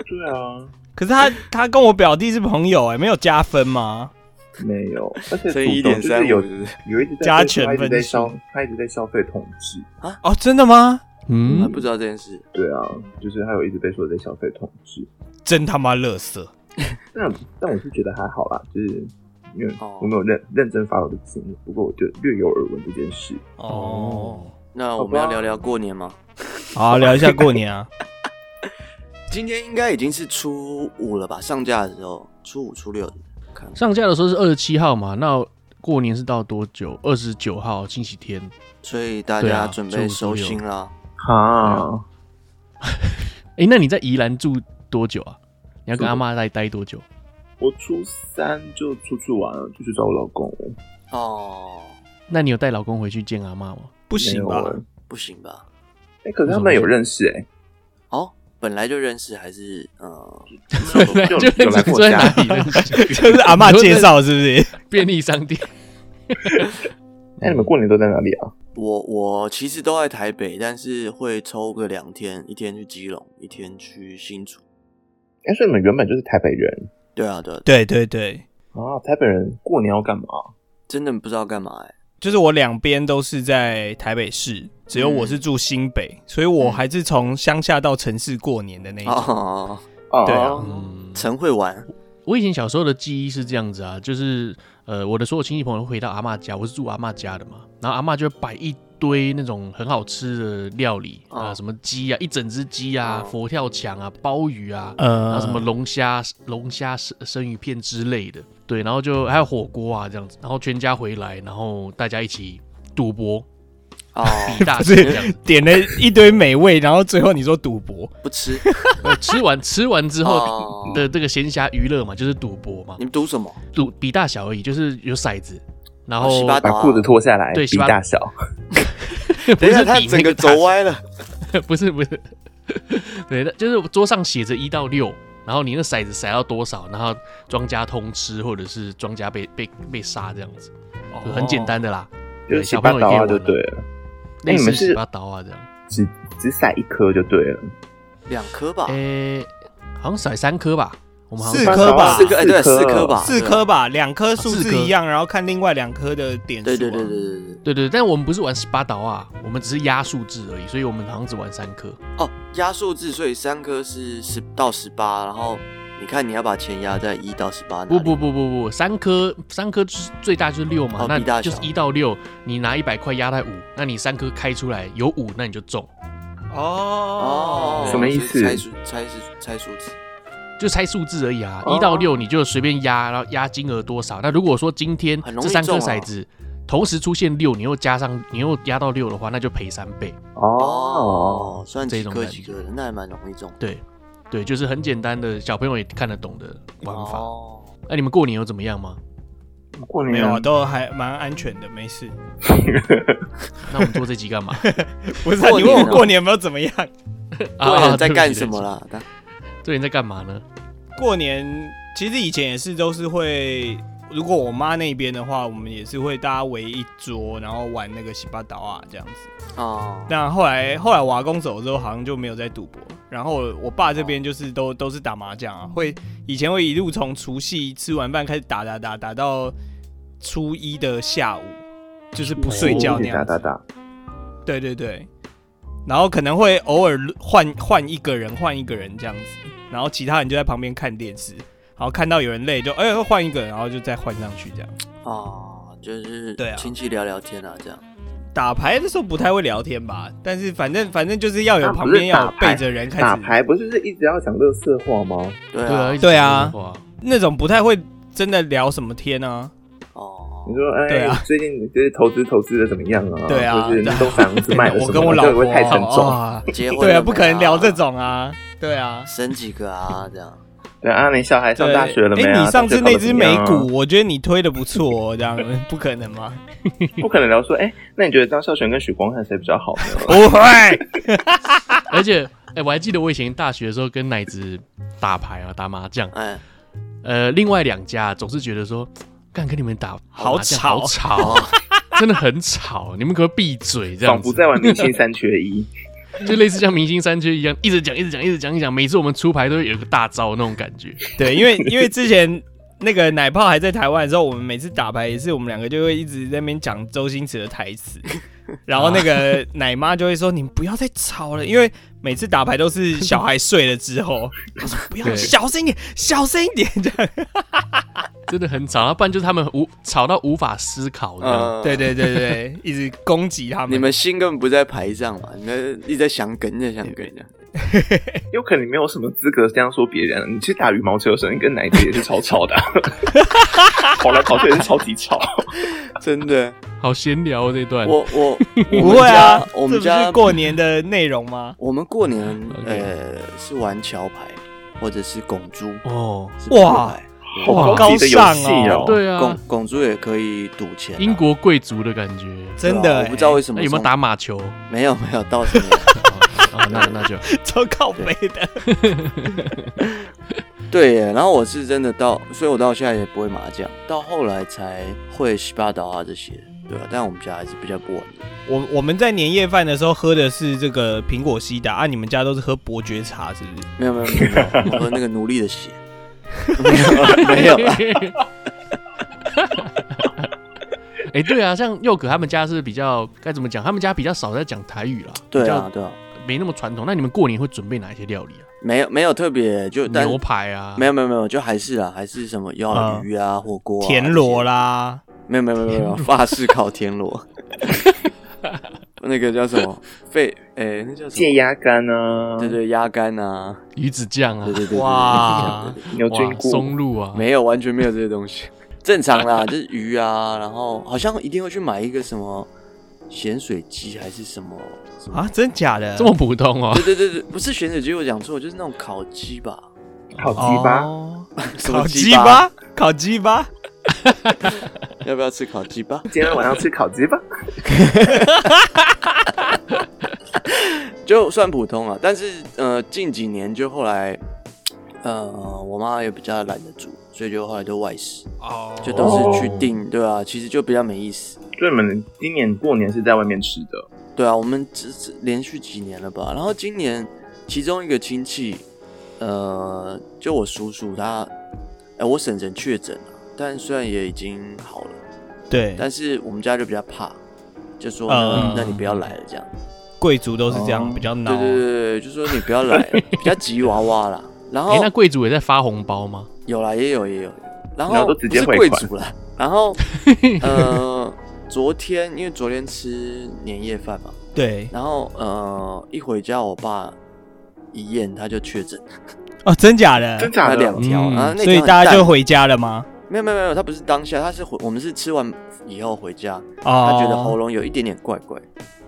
S4: 对啊，
S2: 可是他他跟我表弟是朋友哎，没有加分吗？
S4: 没有，而且祖
S3: 乘一
S4: 雄
S3: 点
S4: 就
S3: 三
S4: 是
S3: 五
S4: 有
S3: 是不是？
S4: 有一直在
S2: 加权
S4: 他一直
S2: 分
S4: 在
S2: 数
S4: 消，他一直在消费统治。
S2: 哦，真的吗？
S3: 还
S1: 嗯
S3: 啊不，知道这件事。
S4: 对啊，就是他有一直被说在消费统治。
S2: 真他妈乐色！
S4: 但但我是觉得还好啦，就是因为
S3: 哦
S4: 我没有认认真发我的经历，不过我就略有耳闻这件事。
S2: 哦，
S3: 那我们要聊聊过年吗？
S2: 好聊一下过年啊。
S3: 今天应该已经是初五了吧？上架的时候，初五、初六的，看
S1: 上架的时候是二十七号嘛，那过年是到多久？二十九号星期天，
S3: 所以大
S1: 对
S3: 家
S1: 啊
S3: 准
S1: 初
S3: 备
S1: 五初
S3: 收
S1: 六
S3: 心啦。
S4: 啊，
S1: 哎，那你在宜兰住多久啊？你要跟阿妈在待多久？
S4: 我初三就出去玩了，就去找我老公。
S3: 哦，
S1: 那你有带老公回去见阿妈吗？
S2: 不
S4: 没
S2: 行
S4: 有
S2: 吧？
S4: 欸
S3: 不行吧？
S4: 哎，可是他们有认识哎，
S3: 哦，本来就认识还是 呃，
S1: 本来就
S4: 有
S1: 认
S4: 来
S1: 识
S4: 过
S1: 住在
S4: 家
S1: 哪里认识？
S2: 就是阿嬷介绍是不是？
S1: 便利商店。
S4: 那你们过年都在哪里啊？
S3: 我我其实都在台北，但是会抽个两天，一天去基隆，一天去新竹。
S4: 哎，所以你们原本就是台北人
S3: 对啊，对啊，
S2: 对对对，
S4: 啊？台北人过年要干嘛？
S3: 真的不知道干嘛哎、
S2: 就是我两边都是在台北市，只有我是
S3: 嗯
S2: 住新北，所以我还是从乡下到城市过年的那一种。
S3: 哦，
S4: 啊
S2: 对啊
S1: 嗯，
S3: 陈会 玩，
S1: 我以前小时候的记忆是这样子啊，就是呃，我的所有亲戚朋友会回到阿嬷家，我是住阿嬷家的嘛，然后阿嬷就会摆一堆那种很好吃的料理
S3: 哦
S1: 啊、什么鸡啊，一整只鸡啊，
S3: 哦
S1: 佛跳墙啊，鲍鱼啊，然
S2: 呃
S1: 后什么龙虾、龙虾生生鱼片之类的，对，然后就还有火锅啊这样子，然后全家回来，然后大家一起赌 博，
S3: 哦，
S1: 比大
S2: 不
S1: 小这样
S2: 是
S1: 子，
S2: 点了一堆美味，然后最后你说赌博，
S3: 不吃。
S1: 呃吃完吃完之后
S3: 哦，
S1: 的这个闲暇娱乐嘛，就是赌博嘛
S3: 你，们读什么？
S1: 赌比大小而已，就是有骰子。然后
S3: 哦洗把
S4: 把裤子脱下来，
S1: 对
S4: 比
S1: 西班牙
S4: 大小。
S1: 不
S3: 等一
S1: 是
S3: 下，他
S1: 比
S3: 整
S1: 那
S3: 个
S1: 个
S3: 走歪了。
S1: 大， 不是不是，对，那就是桌上写着一到六，然后你那骰子骰到多少，然后庄家通吃，或者是庄家被被被杀这样子，
S4: 哦
S1: 就很
S3: 哦
S1: 简单的啦。
S4: 就是
S1: 对，
S4: 洗
S1: 小
S4: 八
S1: 朋友也
S4: 刀
S1: 可以
S4: 啊，
S1: 玩
S4: 就
S1: 啊
S4: 对了，
S1: 类
S4: 你们
S1: 似
S4: 是
S1: 十八刀啊这样。
S4: 只只撒一颗就对了。
S3: 两颗吧，
S1: 诶，好像骰三颗吧，我们好像
S2: 四颗吧
S3: 四颗，哎，对，四
S4: 啊四颗
S3: 颗吧，
S2: 四颗吧，两颗数
S1: 啊四
S2: 字
S1: 颗
S2: 一样，然后看另外两颗的点数、啊
S3: 对。对对对对。对对。
S1: 对对，但我们不是玩十八刀啊，我们只是压数字而已，所以我们好像只玩三颗。
S3: 哦，压数字，所以三颗是十到十八，然后你看你要把钱压在一到十八。
S1: 不不，不不不，三颗三颗就是最大就是六嘛，
S3: 哦
S1: 那
S3: 比大小
S1: 就是一到六，你拿一百块压在五，那你三颗开出来有五，那你就中，
S2: 哦
S3: 哦，
S4: 什么意思
S3: 所以猜数猜数猜数字，
S1: 就猜数字而已啊。
S4: 哦
S1: 一到六你就随便压，然后压金额多少。那如果说今天
S3: 很容易
S1: 这三颗
S3: 中啊
S1: 骰子同时出现六，你又加上你又压到六的话，那就赔三倍。
S4: 哦，
S3: 哦，算几
S1: 这种
S3: 颗
S1: 感觉
S3: 几颗的，那还蛮容易中。
S1: 对，对，就是很简单的，小朋友也看得懂的玩法。
S3: 哦，
S1: 那、你们过年有怎么样吗？
S4: 过年
S2: 没有啊，都还蛮安全的，没 事。
S1: 那我们做这集干嘛？
S2: 不是、啊，
S3: 过
S2: 你
S3: 年
S2: 问我
S3: 啊
S2: 过年有没有怎么样？啊
S3: 过年
S1: 啊
S3: 啊在
S1: 对不起
S3: 干什么？啦？
S1: 对不起对，你在干嘛呢？
S2: 过年其实以前也是都是会如果我妈那边的话，我们也是会大家围一桌，然后玩那个洗巴岛啊这样子。
S3: 哦，
S2: 但后来后来我阿公走了之后，好像就没有再赌博。然后我爸这边就是都、都是打麻将啊，会以前会一路从除夕吃完饭开始打打打打到初一的下午，就是不睡觉那样
S4: 哦打
S2: 子。
S4: 打打，
S2: 对对对，然后可能会偶尔换换一个人，换一个人这样子，然后其他人就在旁边看电视，然后看到有人累就哎呦换一个人，然后就再换上去这样。
S3: 哦，就是
S2: 对啊
S3: 亲戚聊聊天啊，这样。
S2: 打牌的时候不太会聊天吧，但是反正反正就是要有
S4: 啊那不
S2: 旁
S4: 是
S2: 边要有
S4: 打牌
S2: 背着人开始
S4: 打牌不是就是一直要讲乐色话吗？
S3: 对
S1: 对啊，
S3: 啊
S1: 一，直
S2: 对
S1: 说
S2: 啊
S1: 这个话
S2: 那种不太会真的聊什么天啊。
S3: 哦
S4: 你，说，哎、
S2: 对啊
S4: 最近你就是投资投资的怎么样啊？
S2: 对啊
S4: 就是那栋房子卖了什么
S2: 我跟我老
S4: 这个
S2: 婆
S4: 会太沉重。
S2: 啊，
S3: 结婚
S2: 对
S3: 了
S2: 啊，
S3: 没
S2: 不可能聊这，种啊，对啊。
S3: 生几个啊，这样。
S4: 对啊，你小孩上
S2: 对
S4: 大学了没
S2: 哎、
S4: 啊？
S2: 你上次那只美
S4: 同学考得怎么
S2: 股，
S4: 样
S2: 我觉得你推的不错、哦，这样 不可能吗？
S4: 啊，不可能聊说，哎、那你觉得张孝全跟许光汉谁比较好 呢？
S2: 不会，
S1: 而且，哎、我还记得我以前大学的时候跟奶子打牌啊，打麻将。
S3: 哎，
S1: 呃，另外两家总是觉得说，干跟你们打
S2: 好
S1: 麻将
S2: 吵啊
S1: 好
S3: 哦
S1: 吵，啊真的很吵，你们可不可以闭嘴？这样
S4: 仿佛
S1: 子，
S4: 在玩明星三缺一。
S1: 就类似像明星三缺一样，一直讲，一直讲，一直讲，一直讲。每次我们出牌都会有一个大招那种感觉。
S2: 对，因为因为之前那个奶泡还在台湾的时候，我们每次打牌也是我们两个就会一直在那边讲周星驰的台 词，然后那个奶妈就会说：“你们不要再吵了，因为每次打牌都是小孩睡了之后，她说不要
S1: 对
S2: 小声一点，小声一点这样。
S1: 真的很吵，要不然就是他们无吵到无法思考这样。
S3: 嗯，
S2: 对对对对，一直攻击他们。
S3: 你们心根本不在牌上嘛，你们一直在想梗，一直在想梗这样。
S4: 有可能你没有什么资格这样说别人、你去打羽毛球的时候，你跟奶姐也是超吵的、跑来跑去也是超级吵。
S3: 真的，
S1: 好闲聊哦这段，
S3: 我 我
S2: 不会啊，
S3: 我们
S2: 这不
S3: 家
S2: 是过年的内容吗？
S3: 我们过年
S1: OK
S3: 呃是玩桥牌或者是拱猪，
S1: 哦，
S3: 是扑克
S2: 哇
S3: 牌，
S4: 好
S2: 哇，
S4: 高
S2: 高
S4: 级的游
S2: 尚
S4: 戏哦
S1: 对啊
S3: 拱，拱猪也可以赌钱啊，
S1: 英国贵族的感觉。
S3: 对啊
S2: 真的、欸
S3: 我不知道为
S2: 什
S3: 什么
S1: 那有没有
S3: 从
S1: 打马球？哦
S3: 没有没有，倒是没有。
S1: 哦，那那就
S2: 么 超靠背的。
S3: 对耶，然后我是真的到，所以我到现在也不会麻将，到后来才会洗八岛啊这些，对吧、但我们家还是比较不稳的。
S2: 我我们在年夜饭的时候喝的是这个苹果西打啊，你们家都是喝伯爵茶是不是？
S3: 没有没有没有没有，我喝那个奴隶的血，没有没有 啦，
S1: 哎、对啊，像佑可他们家是比较该怎么讲？他们家比较少在讲台语啦，
S3: 对
S1: 比
S3: 啊
S1: 较
S3: 对啊，
S1: 没那么传统。那你们过年会准备哪一些料理啊？
S3: 没有没有特别就但
S1: 牛排啊，
S3: 没有没有没有，就还是啊还是什么要
S2: 嗯
S3: 鱼啊火锅啊
S2: 田螺，啦，
S3: 这些没有没有没有没有法式烤田螺，那个叫什么肺哎那叫什
S4: 芥
S3: 么？
S4: 鸭肝啊，
S3: 对对鸭肝啊，
S1: 鱼子酱啊
S3: 对，对对对，
S2: 哇
S3: 对对对
S4: 牛菌
S1: 哇，
S4: 菇
S1: 松露啊，
S3: 没有，完全没有这些东西。正常 啦，就是鱼啊，然后好像一定会去买一个什么咸水鸡还是什么什么。
S2: 啊，真假的？
S1: 这么普通哦
S3: 对。对对对，不是咸水鸡，我讲错，就是那种烤鸡吧，
S4: 烤鸡巴。
S2: 哦
S3: 什么
S2: 烤鸡
S3: 巴？
S2: 巴，啊烤鸡巴，
S3: 要不要吃烤鸡巴？
S4: 今天晚上吃烤鸡吧。
S3: 就算普通了，但是呃，近几年就后来，呃，我妈也比较懒得煮，所以就后来都外食，
S2: 哦
S3: 就都是去订，对啊，其实就比较没意思。
S4: 所以你们今年过年是在外面吃的，
S3: 对啊，我们只只连续几年了吧？然后今年其中一个亲戚，呃，就我叔叔他，哎、我婶婶确诊了，但虽然也已经好了，
S2: 嗯对，
S3: 但是我们家就比较怕，就说、
S2: 嗯
S3: 那那你不要来了这样。
S2: 贵族都是这样，
S4: 哦
S2: 比较孬
S3: 对对
S2: 啊。
S3: 对对，就说你不要来， 比较急娃娃啦。然后、
S1: 哎、那贵族也在发红包吗？
S3: 有啦，也有也有，然
S4: 然
S3: 后
S4: 后都直接
S3: 不
S4: 汇
S3: 是贵
S4: 款
S3: 族啦，然后呃，昨天因为昨天吃年夜饭嘛，
S2: 对
S3: 然后呃，一回家我爸一验他就确诊，
S2: 哦，真假的
S4: 真？假
S3: 他两
S4: 的？
S3: 条，
S1: 嗯
S3: 然后那条
S2: 所以
S3: 很
S2: 大家
S3: 淡
S2: 就回家了吗？
S3: 没有没有没有，他不是当下，他是回我们是吃完以后回家，他觉得喉
S2: 哦，
S3: 咙有一点点怪怪，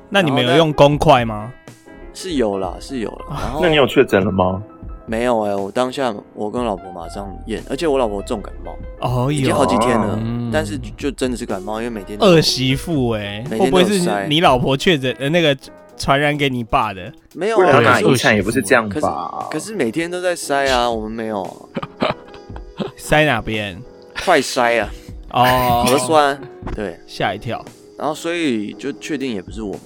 S2: 那你们
S3: 然
S2: 有
S3: 后呢
S2: 用公筷吗？
S3: 是有啦是有啦，然后
S4: 那你有确诊了吗？
S3: 没有哎、我当下我跟老婆马上验，而且我老婆重感冒，
S2: 哦，
S3: 已经
S2: 有
S3: 好几天了，
S1: 嗯
S3: 但是就真的是感冒，因为每天都
S2: 二媳妇哎、
S3: 每天
S2: 会不会
S3: 都有塞
S2: 是你老婆确诊呃那个传染给你爸 的？
S3: 没有
S4: 不然
S1: 要
S4: 要
S3: 啊，
S4: 拿
S3: 可是我
S4: 遗产也不是这样
S3: 可是
S4: 吧？
S3: 可是每天都在塞啊，我们没有啊
S2: 塞哪边？
S3: 快塞啊，
S2: 哦，
S3: 核酸，对，
S2: 吓一跳，
S3: 然后所以就确定也不是我们，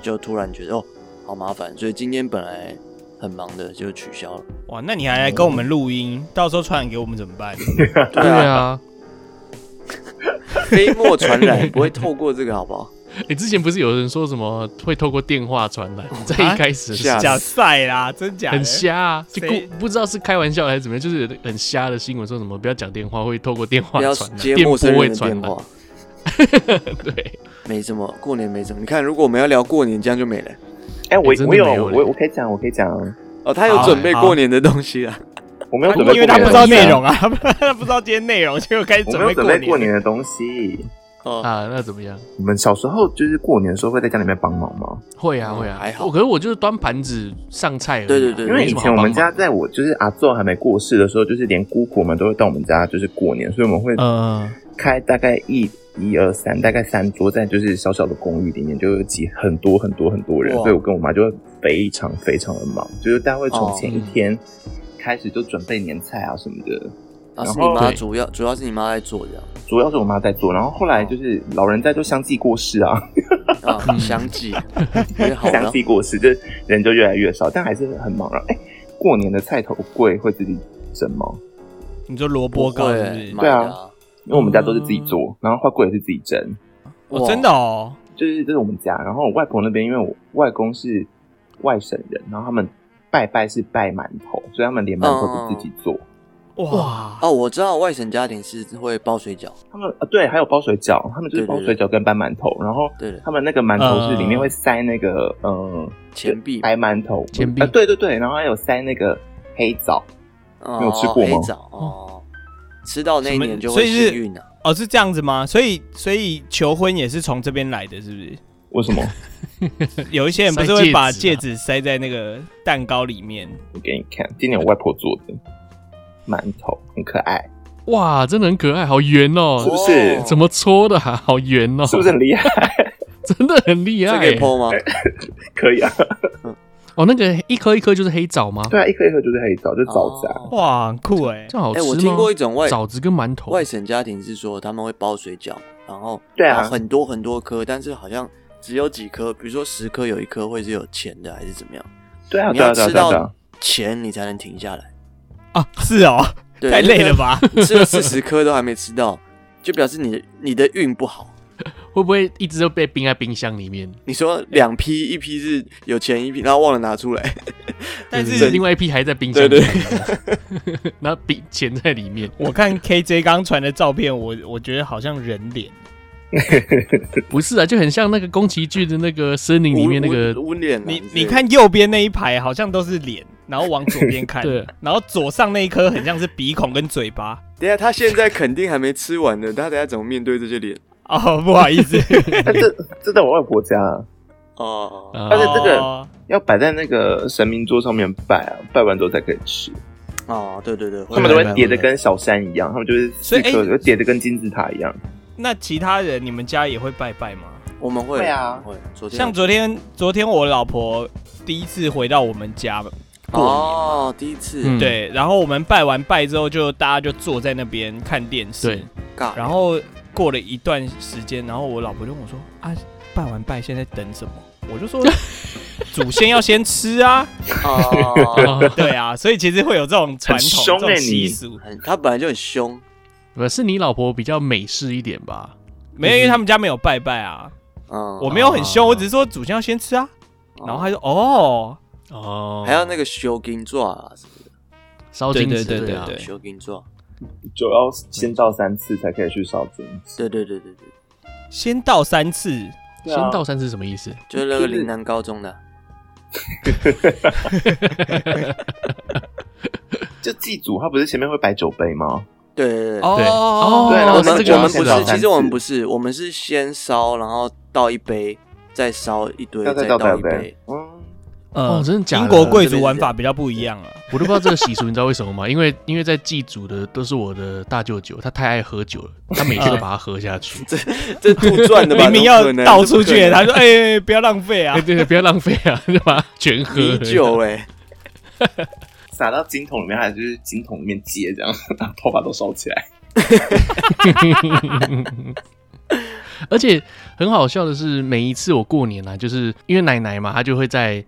S3: 就突然觉得哦，好麻烦，所以今天本来很忙的就取消了。
S2: 哇，那你还来跟我们录音，到时候传染给我们怎么 办？
S3: 对
S1: 对
S3: 啊，
S1: 啊，
S3: 飞沫传染不会透过这个，好不好？
S1: 你之前不是有人说什么会透过电话传染？在一开始的时候
S3: 啊吓死
S2: 假赛啦，真假的？
S1: 很瞎啊，就
S2: 谁
S1: 故不知道是开玩笑还是怎么样，就是很瞎的新闻，说什么不要讲电话会透过电话
S3: 不要
S1: 传染，
S3: 接
S1: 电波
S3: 陌生
S1: 会
S3: 人的
S1: 传
S3: 电
S1: 染
S3: 话。，
S1: 对，
S3: 没什么，过年没什么。你看，如果我们要聊过年，这样就没了。
S4: 哎、我
S1: 哎真的
S4: 我有
S1: 没有嘞
S4: 我我可以讲，我可以讲，
S3: 哦，他有
S2: 好
S3: 准备
S2: 好
S3: 过年的东西啊。
S4: 我没有准备过年的东西啊，
S2: 因为他不知道内容啊， 他不知道今天内容，结果开始
S4: 我
S2: 准
S4: 没有
S2: 备
S4: 准
S2: 过
S4: 备过
S2: 年。
S4: 年的东西。
S3: 哦，
S1: 啊，那怎么样？
S4: 你们小时候就是过年的时候会在家里面帮忙吗？
S1: 会啊
S3: 嗯
S1: 会啊，
S3: 还好
S1: 我可是我就是端盘子上菜而已啊，
S3: 对对对
S4: 因为以前我们
S1: 没什么好帮
S4: 家
S1: 忙
S4: 在我就是阿祖还没过世的时候，就是连姑姑们都会到我们家就是过年，所以我们会
S2: 嗯，
S4: 开大概一一二三，大概三桌，在就是小小的公寓里面，就有挤很多很多很多人，
S3: 哇
S4: 所以我跟我妈就会非常非常的忙，就是大家会从前一天开始就准备年菜啊什么的，
S3: 啊，
S4: 然
S3: 是你
S4: 后
S3: 妈
S1: 对
S3: 主要主要是你妈在做这样
S4: 主要是我妈在做，然后后来就是老人家就相继过世啊，
S3: 啊，相继，因为好啊
S4: 相
S3: 了，
S4: 继过世，就是人就越来越少，但还是很忙然后哎，过年的菜头柜会自己整吗？
S2: 你说萝卜糕是不
S3: 会
S2: 是？
S3: 买的啊，
S4: 因为我们家都是自己
S3: 嗯
S4: 做，然后花柜也是自己蒸。
S2: 哦，
S3: 哇
S2: 真的哦，
S4: 就是这是我们家，然后我外婆那边，因为我外公是外省人，然后他们拜拜是拜馒头，所以他们连馒头都自己做。
S2: 哇，
S3: 哦，我知道外省家庭是会包水饺，
S4: 他们啊，对，还有包水饺，他们就
S3: 对对
S4: 是
S3: 嗯
S4: 包水饺跟拌馒头，然后
S3: 对的，
S4: 他们那个馒头是里面会塞那个嗯
S3: 钱币
S4: 白馒头，
S1: 钱币
S4: 啊，对对对，然后还有塞那个黑枣，
S3: 哦
S4: 你有吃过吗
S3: 黑枣哦，吃到那一年
S2: 嗯
S3: 就
S2: 什么所
S3: 会
S2: 以是
S3: 幸运啊，
S2: 哦，是这样子吗？所以，所以求婚也是从这边来的，是不是？
S4: 为什么？
S2: 有一些人不是
S4: 啊
S2: 会把戒指塞在那个蛋糕里面，
S4: 我给你看，今年我外婆做的馒头很可爱，
S1: 哇，真的很可爱，好圆哦
S4: 是，不是
S1: 怎么搓的啊？好圆哦，
S4: 是不是很厉害？
S1: 真的很厉
S3: 这
S1: 害
S3: 可以
S1: 欸？
S3: 剖吗？
S4: 哎可以啊，
S1: 哦，那个一颗一颗就是黑枣吗？
S4: 对啊，一颗一颗就是黑枣，就是枣子啊。
S3: 哦
S2: 哇，很酷哎！
S1: 这样好吃
S3: 哎，
S1: 吗？
S3: 我听过一种外
S1: 枣子跟馒
S2: 哦
S1: 头，
S3: 外省家庭是说他们会包水饺，然后
S4: 对啊
S3: 包很多很多颗，但是好像只有几颗，比如说十颗有一颗会是有钱的，还是怎么样？
S4: 对啊，
S3: 你
S4: 对啊，
S3: 要
S4: 对啊，
S3: 吃
S4: 对啊对啊
S3: 到。钱你才能停下来，
S2: 啊，是哦，
S3: 对
S2: 太累了？吧？
S3: 那个吃了四十颗都还没吃到，就表示你的你的运不好。
S1: 会不会一直都被冰在冰箱里面？
S3: 你说两批，一批是有钱一批，然后忘了拿出来，
S2: 但
S1: 就是
S2: 是
S1: 另外一批还在冰箱里面， 然后冰钱在里面，
S2: 我看 KJ 刚传的照片，我我觉得好像人脸，
S1: 不是啊，就很像那个宫崎骏的那个森林里 面那个
S3: 无无无脸啊。
S2: 你
S3: 之类
S2: 你
S3: 的，
S2: 看右边那一排好像都是脸，然后往左边看，
S1: 对
S2: 然后左上那一颗很像是鼻孔跟嘴巴。
S3: 等一下他现在肯定还没吃完呢，他等一下怎么面对这些脸？
S2: 哦，不好意 思，
S4: 但这这在我外婆家
S3: 哦，
S1: 啊
S4: 而且这个
S2: 哦
S4: 要摆在那个神明桌上面拜啊，拜完之后才可以吃。
S3: 哦，对对对，他
S4: 他们都会叠的跟小山一样，他们就是
S2: 所以
S4: 四颗，就叠的跟金字塔一样。
S2: 那其他人你们家也会拜拜吗？
S3: 我们会
S4: 会啊
S3: 会昨天
S2: 像昨天，昨天我老婆第一次回到我们家过年，
S3: 哦，第一次
S1: 嗯
S2: 对，然后我们拜完拜之后就，大家就坐在那边看电 视，
S1: 对，
S3: 尬
S2: 然后过了一段时间，然后我老婆就问我说：“啊，拜完拜现在等什么？”我 就说：“祖先要先吃啊。
S3: 哦，
S1: 啊”
S2: 对啊，所以其实会有这种传统、
S4: 很凶
S2: 这种
S4: 欸
S2: 习
S4: 你
S2: 俗，
S3: 很他本来就很凶
S1: 不是你老婆比较美式一点吧？
S2: 没有，因为他们家没有拜拜啊。
S3: 嗯，
S2: 我没有很凶，
S1: 哦
S2: 我只是说祖先要先吃啊。然后他就哦，
S1: 哦，
S3: 还要那个修金爪啊什么
S1: 烧金
S2: 对
S1: 纸，
S2: 对对
S1: 啊
S3: 的，修金爪，
S4: 酒要先倒三次才可以去烧金纸。
S3: 对对对对对，
S2: 先到三次，
S4: 对
S1: 先
S4: 啊
S1: 倒三是什么意思？
S3: 就是那个
S4: 就是
S3: 岭南高中的，
S1: 啊
S4: 就祭祖，他不是前面会摆酒杯吗？
S3: 对对
S1: 对
S3: 对。
S2: 哦，
S1: 对然
S3: 我
S1: 后
S3: 们
S1: 是这个
S3: 我
S1: 吗
S3: 们不
S1: 是这
S3: 是，
S1: 个
S3: 其实我们不是，我们是先烧，然后倒一杯，再烧一堆，
S4: 要
S3: 再
S4: 再倒
S3: 倒
S4: 两
S3: 一
S4: 杯
S3: 杯。。
S4: 嗯，
S1: 哦真的假的
S2: 英国贵族玩法比较不一样啊。
S1: 我都不知道这个习俗，你知道为什么吗？因为因为在祭祖的都是我的大舅舅，他太爱喝酒了，他每次都把它喝下 去。
S3: 这杜撰的 吧？
S2: 明明
S3: 怎么
S2: 要
S3: 可能
S2: 倒出去，
S3: 怎么
S2: 他说：“哎，不要浪费啊
S1: 哎，对对，不要浪费啊，就把它全
S3: 可
S1: 喝
S3: 能
S1: 了。
S3: 米 酒哎，
S4: 撒到金桶里面，还是就是金桶里面接这样，把头发都烧起来。
S1: 而且很好笑的是，每一次我过年啊，就是因为奶奶嘛，她就会在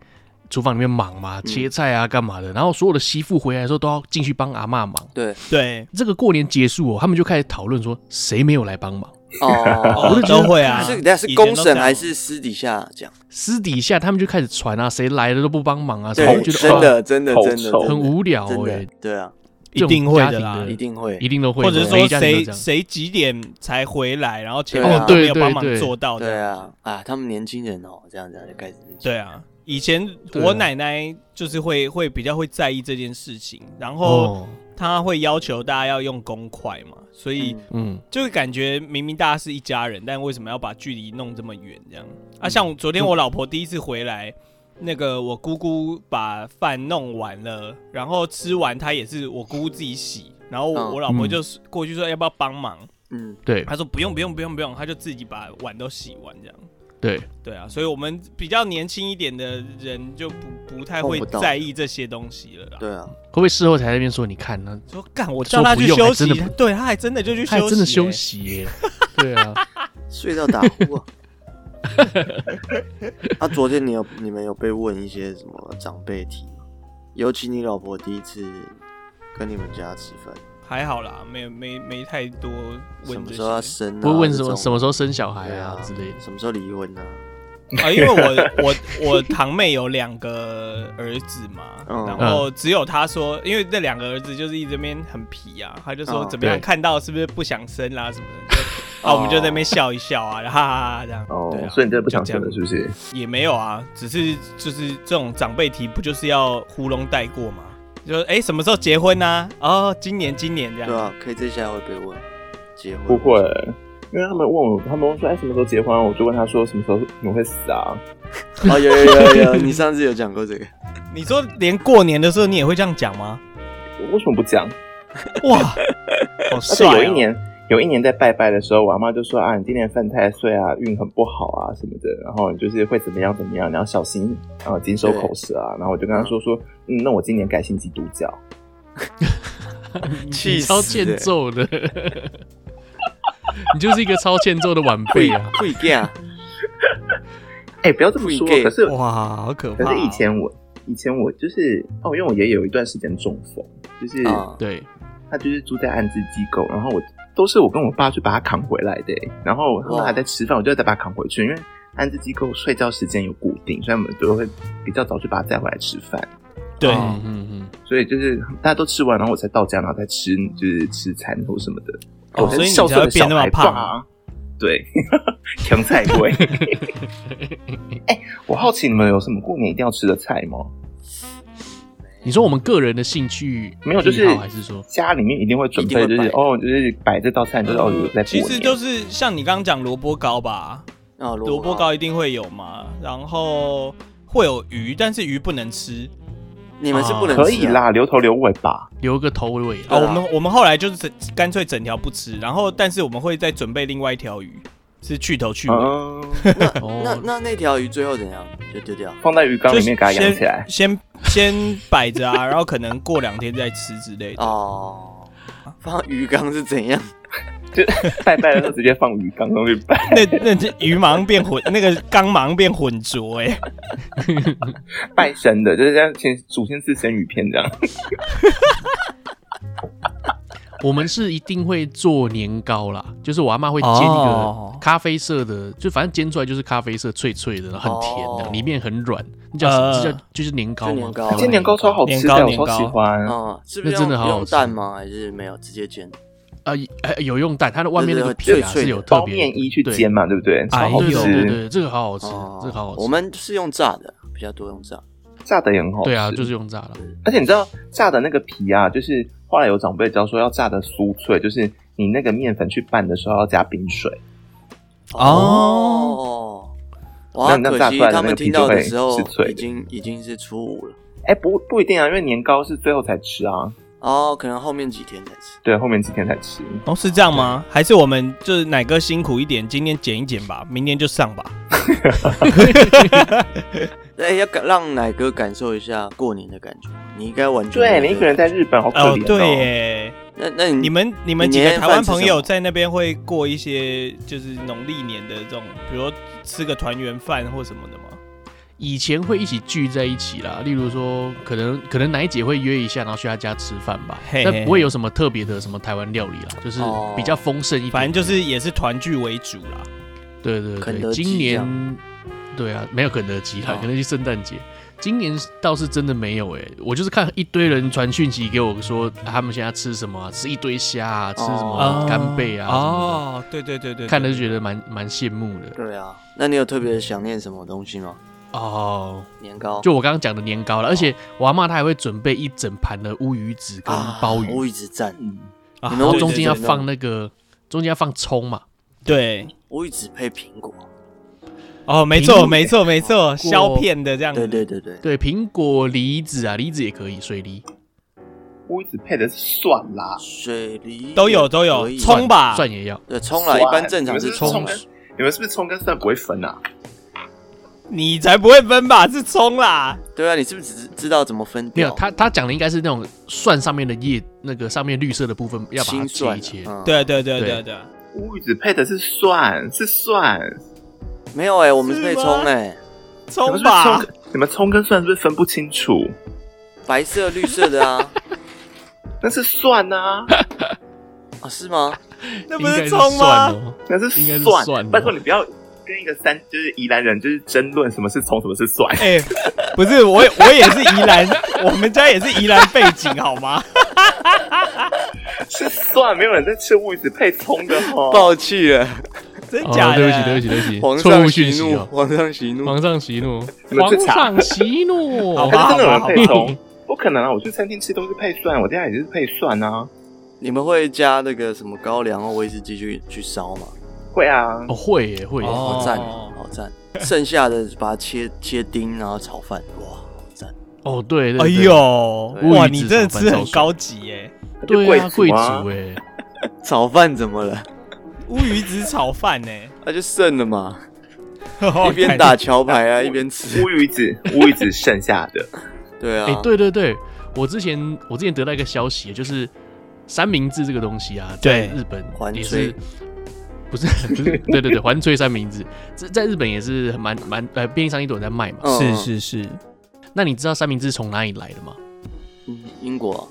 S1: 厨房里面忙嘛，
S3: 嗯
S1: 切菜啊，干嘛的。然后所有的媳妇回来的时候，都要进去帮阿嬷忙。
S3: 对，
S2: 对，
S1: 这个过年结束哦，他们就开始讨论说谁没有来帮忙。
S3: 哦，
S2: 我都会啊。
S3: 是那是
S2: 以前都
S3: 公审
S2: 这样
S3: 还是私底下讲？
S1: 私底下他们就开始传啊，谁来了都不帮忙啊，什
S3: 对
S1: 么，就觉
S3: 真
S1: 得哦
S3: 的真的
S4: 好
S3: 真的
S4: 丑
S1: 很无聊
S3: 真
S1: 哎、
S2: 欸
S3: 的，对啊，
S2: 一定会的
S1: 这种家
S2: 啦
S1: 庭
S3: 一，定会
S1: 一定都会，
S2: 或者是
S1: 每
S2: 说
S1: 一家庭都
S2: 谁
S1: 这样
S2: 谁几点才回来，然后前
S3: 对
S2: 面
S3: 啊
S2: 都没有
S1: 对对
S2: 帮忙
S1: 对
S2: 做到
S3: 对
S2: 的。
S3: 啊啊，他们年轻人哦，这样这样就开始
S2: 对啊，以前
S1: 对啊
S2: 我奶奶就是会会比较会在意这件事情，然后
S1: 哦，
S2: 她会要求大家要用公筷嘛，所以
S3: 嗯
S1: 嗯，
S2: 就会感觉明明大家是一家人，但为什么要把距离弄这么远？这样啊，像昨天我老婆第一次回来，那个我姑姑把饭弄完了，然后吃完，她也是我姑姑自己洗，然后我
S3: 嗯
S2: 我老婆就是过去说要不要帮忙，
S3: 嗯
S1: 对
S2: 她说不用不用不用不用，她就自己把碗都洗完这样。
S1: 对，
S2: 对啊，所以我们比较年轻一点的人就不不太会
S3: 碰不到
S2: 在意这些东西了啦。
S3: 对啊，
S1: 会不会事后才在那边说你看呢？
S2: 说干，我叫她去
S1: 说不用
S2: 休
S1: 还真
S2: 息
S1: 的不，
S2: 对，她还真的就去休
S1: 他
S2: 息、
S1: 还真的休
S2: 欸
S1: 息耶、对 啊，
S3: 睡到打 呼啊。啊，昨天你有你们有被问一些什么长辈题吗？尤其你老婆第一次跟你们家吃饭，
S2: 还好啦，没有没没太多
S3: 什
S2: 问
S3: 么
S2: 这
S3: 时候要
S2: 些
S3: 生、啊？
S1: 不会问什么
S3: 这种
S1: 什么时候生小孩
S3: 对
S1: 啊
S3: 啊
S1: 之类的。
S3: 什么时候离婚啊？
S2: 啊，因为我我我堂妹有两个儿子嘛，
S3: 嗯
S2: 然后只有她说，因为那两个儿子就是一直在那边很皮啊，她就说
S3: 嗯哦
S2: 怎么样
S1: 对
S2: 看到是不是不想生啦、什么的，就啊我们就在那边笑一笑啊，哈哈哈这样。
S4: 哦
S2: 对啊，
S4: 所以你真的不想
S2: 就
S4: 生
S2: 这
S4: 了
S2: 样
S4: 是不是？
S2: 也没有啊，只是就是这种长辈题不就是要糊弄带过吗？就哎、诶什么时候结婚呢、哦，今年今年这样。
S3: 对啊，可以这下会被问结婚？
S4: 不会，因为他们问我，他们说哎什么时候结婚啊，我就问他说什么时候你会死啊？
S3: 哦，有有有有，你上次有讲过这 个，
S2: 你说连过年的时候你也会这样讲 吗？
S4: 我为什么不讲？
S2: 哇，好
S4: 而且
S2: 帅、哦！
S4: 有一年，有一年在拜拜的时候，我阿妈就说啊，你今年犯太岁啊，运很不好啊什么的，然后你就是会怎么样怎么样，你要小心啊，金手口舌啊。然后我就跟她说说，嗯，那我今年改信基督教。
S2: 嗯
S3: 气死、欸
S1: 超欠揍的， 你就是一个超欠揍的晚辈啊！
S3: 不一定啊，
S4: 哎、不要这么说。
S3: Free gay
S4: 可是
S2: 哇，好可
S4: 可
S2: 怕、
S4: 是以前我以前我就是哦，因为我爷爷有一段时间中风，就是、
S3: 啊，
S1: 对，
S4: 他就是住在安置机构，然后我都是我跟我爸去把他扛回来的欸、然后他们还在吃饭，我就再把他扛回去，因为安置机构睡觉时间有固定，所以我们都会比较早去把他载回来吃饭。
S2: 对，
S4: 哦
S1: 嗯嗯嗯，
S4: 所以就是大家都吃完，然后我才到家，然后再吃就是吃餐或什么的。
S3: 哦
S4: 我才
S2: 所以你
S4: 孝顺
S2: 才
S4: 的
S2: 会变那么
S4: 小孩
S2: 胖
S4: 吧。对， 甜菜龟。 哎、我好奇你们有什么过年一定要吃的菜吗？
S1: 你说我们个人的兴趣
S4: 没有，就是
S1: 癖好还是说
S4: 家里面一定会准备，
S3: 一定
S4: 就是
S3: 会摆
S4: 哦，就是摆这道菜，你就知道有在过
S2: 其
S4: 年。
S2: 实就是像你刚刚讲萝卜糕吧，萝
S3: 啊，萝
S2: 卜糕一定会有嘛，然后会有鱼，但是鱼不能吃
S3: 你们是不能吃、啊、
S4: 哦可以，啦，留头留尾吧。
S1: 留个头尾啊？
S2: 啊。
S3: 对啊
S2: 我们我们后来就是整干脆整条不吃，然后但是我们会再准备另外一条鱼，是去头去尾，
S4: 嗯，
S3: 那
S1: 哦，
S3: 那那条鱼最后怎样？就丢掉。
S4: 放在鱼缸
S2: 就
S4: 里面
S2: 是
S4: 给它养起来。
S2: 先 先先摆着啊，然后可能过两天再吃之类的。
S3: 哦，放鱼缸是怎样？
S4: 拜拜的时候直接放鱼缸 上去拜，
S2: 那那只鱼马上变混，那个缸马上变浑浊哎、
S4: 拜神的，就是这样先祖先是生鱼片这样。
S1: 我们是一定会做年糕啦，就是我阿妈会煎一
S2: 哦
S1: 个咖啡色的，就反正煎出来就是咖啡色，脆脆的，很甜的
S3: 哦，
S1: 里面很软。那叫什么？
S2: 呃
S1: 这叫就是年糕
S3: 就
S1: 吗
S3: 年糕啊？
S4: 煎年糕超好吃的，欸
S2: 年糕
S4: 我超喜欢。
S3: 哦，是不是
S1: 那真的
S3: 用
S1: 好好
S3: 用
S1: 吃
S3: 蛋吗？还是没有直接煎？
S1: 呃，呃有用蛋，它的外面那个皮啊
S3: 对对对
S1: 是有特
S4: 包
S1: 别
S4: 面衣去煎嘛，对不对？
S2: 哎
S4: 超
S1: 对对对
S4: 好
S1: 对
S4: 吃，
S1: 对，这个好好吃，
S3: 哦，
S1: 这个好好
S3: 我
S1: 吃。
S3: 们是用炸的，比较多用炸。
S4: 炸的也很好吃。
S1: 对啊，就是用炸的。
S4: 而且你知道炸的那个皮啊，就是后来有长辈教说要炸的酥脆，就是你那个面粉去拌的时候要加冰水。
S2: 哦
S3: 哦，哇，
S4: 那那
S3: 可
S4: 炸
S3: 惜
S4: 出来的
S3: 他
S4: 那
S3: 们
S4: 个
S3: 听
S4: 皮就
S3: 到的
S4: 会
S3: 时候
S4: 是脆的
S3: 已经已经是初五了。
S4: 哎，不不一定啊，因为年糕是最后才吃啊，
S3: 哦，可能后面几天才吃。
S4: 对，后面几天才吃。
S2: 哦，是这样吗？还是我们就是哪哥辛苦一点，今天剪一剪吧，明天就上吧。
S3: 哎、要感让奶哥感受一下过年的感觉，你应该完全
S4: 对
S3: 没有
S4: 你一个人在日本好可
S2: 哦，
S4: 怜
S2: 对
S4: 哦。
S2: 耶，
S3: 那那你
S2: 你们你们
S3: 嗯你
S2: 几
S3: 年
S2: 个
S3: 夜
S2: 台湾
S3: 饭吃
S2: 朋
S3: 什
S2: 友
S3: 么
S2: 在那边会过一些就是农历年的这种，比如说吃个团圆饭或什么的吗？
S1: 以前会一起聚在一起啦，例如说，可能可能奶姐会约一下，然后去她家吃饭吧，
S2: 嘿嘿嘿
S1: 但不会有什么特别的什么台湾料理啦，就是
S3: 哦
S1: 比较丰盛一点。
S2: 反正就是也是团聚为主啦。
S1: 对对
S3: 肯德
S1: 对，
S3: 基
S1: 今
S3: 这
S1: 年对啊，没有肯德基啦
S3: 哦，
S1: 肯德基圣诞节。今年倒是真的没有哎、我就是看一堆人传讯息给我说他们现在吃什么啊、吃一堆虾啊，吃什
S3: 哦
S1: 么干贝啊什么的，
S2: 哦，对对对对，
S1: 看了
S2: 对
S1: 就觉得蛮蛮羡慕的
S3: 对啊，那你有特别想念什么东西吗？
S1: 哦。
S3: 年糕
S1: 就我刚刚讲的年糕了，而且我阿妈她还会准备一整盘的乌鱼子跟鲍
S3: 我
S1: 鱼，
S3: 一直赞，
S2: 啊
S3: 你
S1: 然
S3: 们
S1: 后
S3: 对
S1: 中
S3: 对
S1: 间要
S3: 对
S1: 放那个中间要放葱嘛，
S2: 对
S3: 我一直配苹果。
S2: 哦，没
S1: 苹
S2: 错
S1: 果
S2: 没错没错，
S1: 果
S2: 削片的这样
S3: 对
S2: 子。
S3: 对对对，
S1: 对，苹果、梨子啊，梨子也可以，水梨、
S4: 我一直配的是蒜啦，
S3: 水梨
S2: 都有都有
S3: 可以
S2: 葱吧
S1: 蒜也要。
S3: 对葱啦，
S4: 蒜
S3: 一般正常
S4: 你们是
S3: 葱
S4: 葱跟。你们是不是葱跟蒜不会分啊？
S2: 你才不会分吧？是葱啦，
S3: 对啊，你是不是只知道怎么分
S1: 没
S3: 掉？
S1: 有，他他讲的应该是那种蒜上面的叶，那个上面绿色的部分要把它
S3: 心
S1: 切
S3: 算
S1: 一切。
S3: 嗯
S2: 对对对对
S1: 对
S2: 对。
S4: 我一直配的是蒜，是蒜，
S3: 没有哎、我们是
S2: 是
S3: 配
S2: 吗
S3: 葱哎、
S4: 你们
S2: 葱
S4: 是不是
S2: 吧
S4: 葱，跟你们葱跟蒜是不是分不清楚？
S3: 白色、绿色 的啊，
S4: 那是蒜啊，
S3: 啊是吗？
S2: 那不
S1: 应该
S2: 是
S1: 是
S2: 葱
S1: 蒜
S2: 吗？
S1: 哦，
S4: 那是
S1: 应该是
S4: 蒜。
S1: 蒜哦
S4: 拜托你不要跟一个三就是宜兰人就是争论什么是葱什么是蒜。
S2: 哎、不是，我也我也是宜兰， 我们家也是宜兰背景，好 吗？
S4: 是蒜，没有人在吃乌鱼子配葱的 哦。
S3: 爆气了，
S2: 真
S1: 哦
S2: 假的？
S1: 对不起，对不起，对不起，
S3: 皇
S1: 错
S3: 上
S1: 误讯
S3: 息
S1: 息
S3: 怒，
S1: 哦，
S3: 皇上息怒。
S1: 皇上息怒，
S4: 你们
S1: 皇
S4: 去查
S1: 上息怒，
S2: 好
S4: 还是真 的有人配
S1: 好吧好吧
S4: 葱？不可能啊！我去餐厅吃都是配蒜，我家也是配蒜啊。
S3: 你们会加那个什么高粱或威士忌去去烧吗？
S4: 会 啊
S1: 哦，，会耶会耶，
S2: 哦
S3: 好赞、哦，好赞！剩下的把它切切丁，然后炒饭，哇，好赞！
S1: 哦对，对
S2: 哎，
S1: 对
S2: 呦，
S1: 对
S2: 哇，
S1: 物以
S2: 你
S1: 质
S2: 真的
S1: 超
S2: 吃
S1: 凡
S2: 很
S1: 超
S2: 高级耶、
S1: 对啊，
S4: 贵
S1: 贵
S4: 族啊
S1: 族哎，
S3: 炒饭怎么了？
S2: 乌鱼子炒饭呢、
S3: 那、就剩了嘛，
S1: 哦
S2: 欸，
S3: 一边打桥牌啊，一边吃
S4: 乌。鱼子，乌鱼子剩下 的，
S3: 对啊，
S1: 哎，对对对，我之前我之前得到一个消息，就是三明治这个东西啊，在
S2: 对
S1: 日本
S3: 环
S1: 也
S3: 吹
S1: 是。不是，不是，对对对，环翠三明治，这在日本也是蛮蛮呃，便利商店都有在卖嘛。
S2: 是
S3: 嗯
S2: 是是，
S1: 那你知道三明治从哪里来的吗？
S3: 嗯英国啊、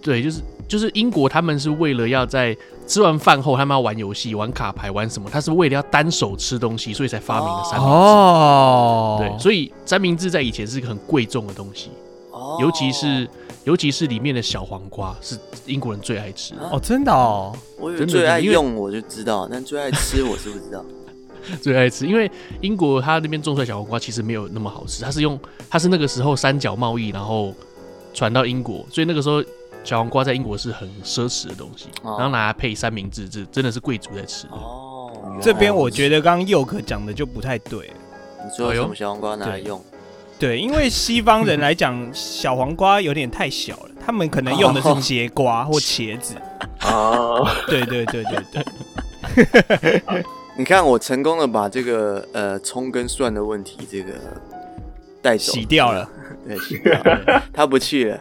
S1: 对，就是就是英国，他们是为了要在吃完饭后，他们要玩游戏、玩卡牌、玩什么，他是为了要单手吃东西，所以才发明了三明治。
S2: 哦
S1: 对，所以三明治在以前是一个很贵重的东西，
S3: 哦，
S1: 尤其是尤其是里面的小黄瓜是英国人最爱吃，
S3: 啊
S2: 哦，真的哦，
S3: 我有
S1: 真的
S3: 最爱
S1: 因为
S3: 用我就 知道，但最爱吃我是不知道。
S1: 最爱吃，因为英国它那边种出来小黄瓜其实没有那么好吃，它是用它是那个时候三角贸易然后传到英国，所以那个时候小黄瓜在英国是很奢侈的东西，
S3: 哦
S1: 然后拿来配三明治，这真的是贵族在吃的。
S3: 哦，
S2: 这边我觉
S3: 得
S2: 得刚刚佑可讲的就不太对。
S3: 你
S1: 哎
S3: 最后什么小黄瓜拿来用？
S2: 对，因为西方人来 讲，小黄瓜有点太小了，他们可能用的是节瓜或茄 子。
S4: 啊，
S2: 对对对对对，
S3: 你看我成功的把这个呃葱跟蒜的问题这个带走，
S2: 洗掉了。
S3: 对，洗 掉了他不气了，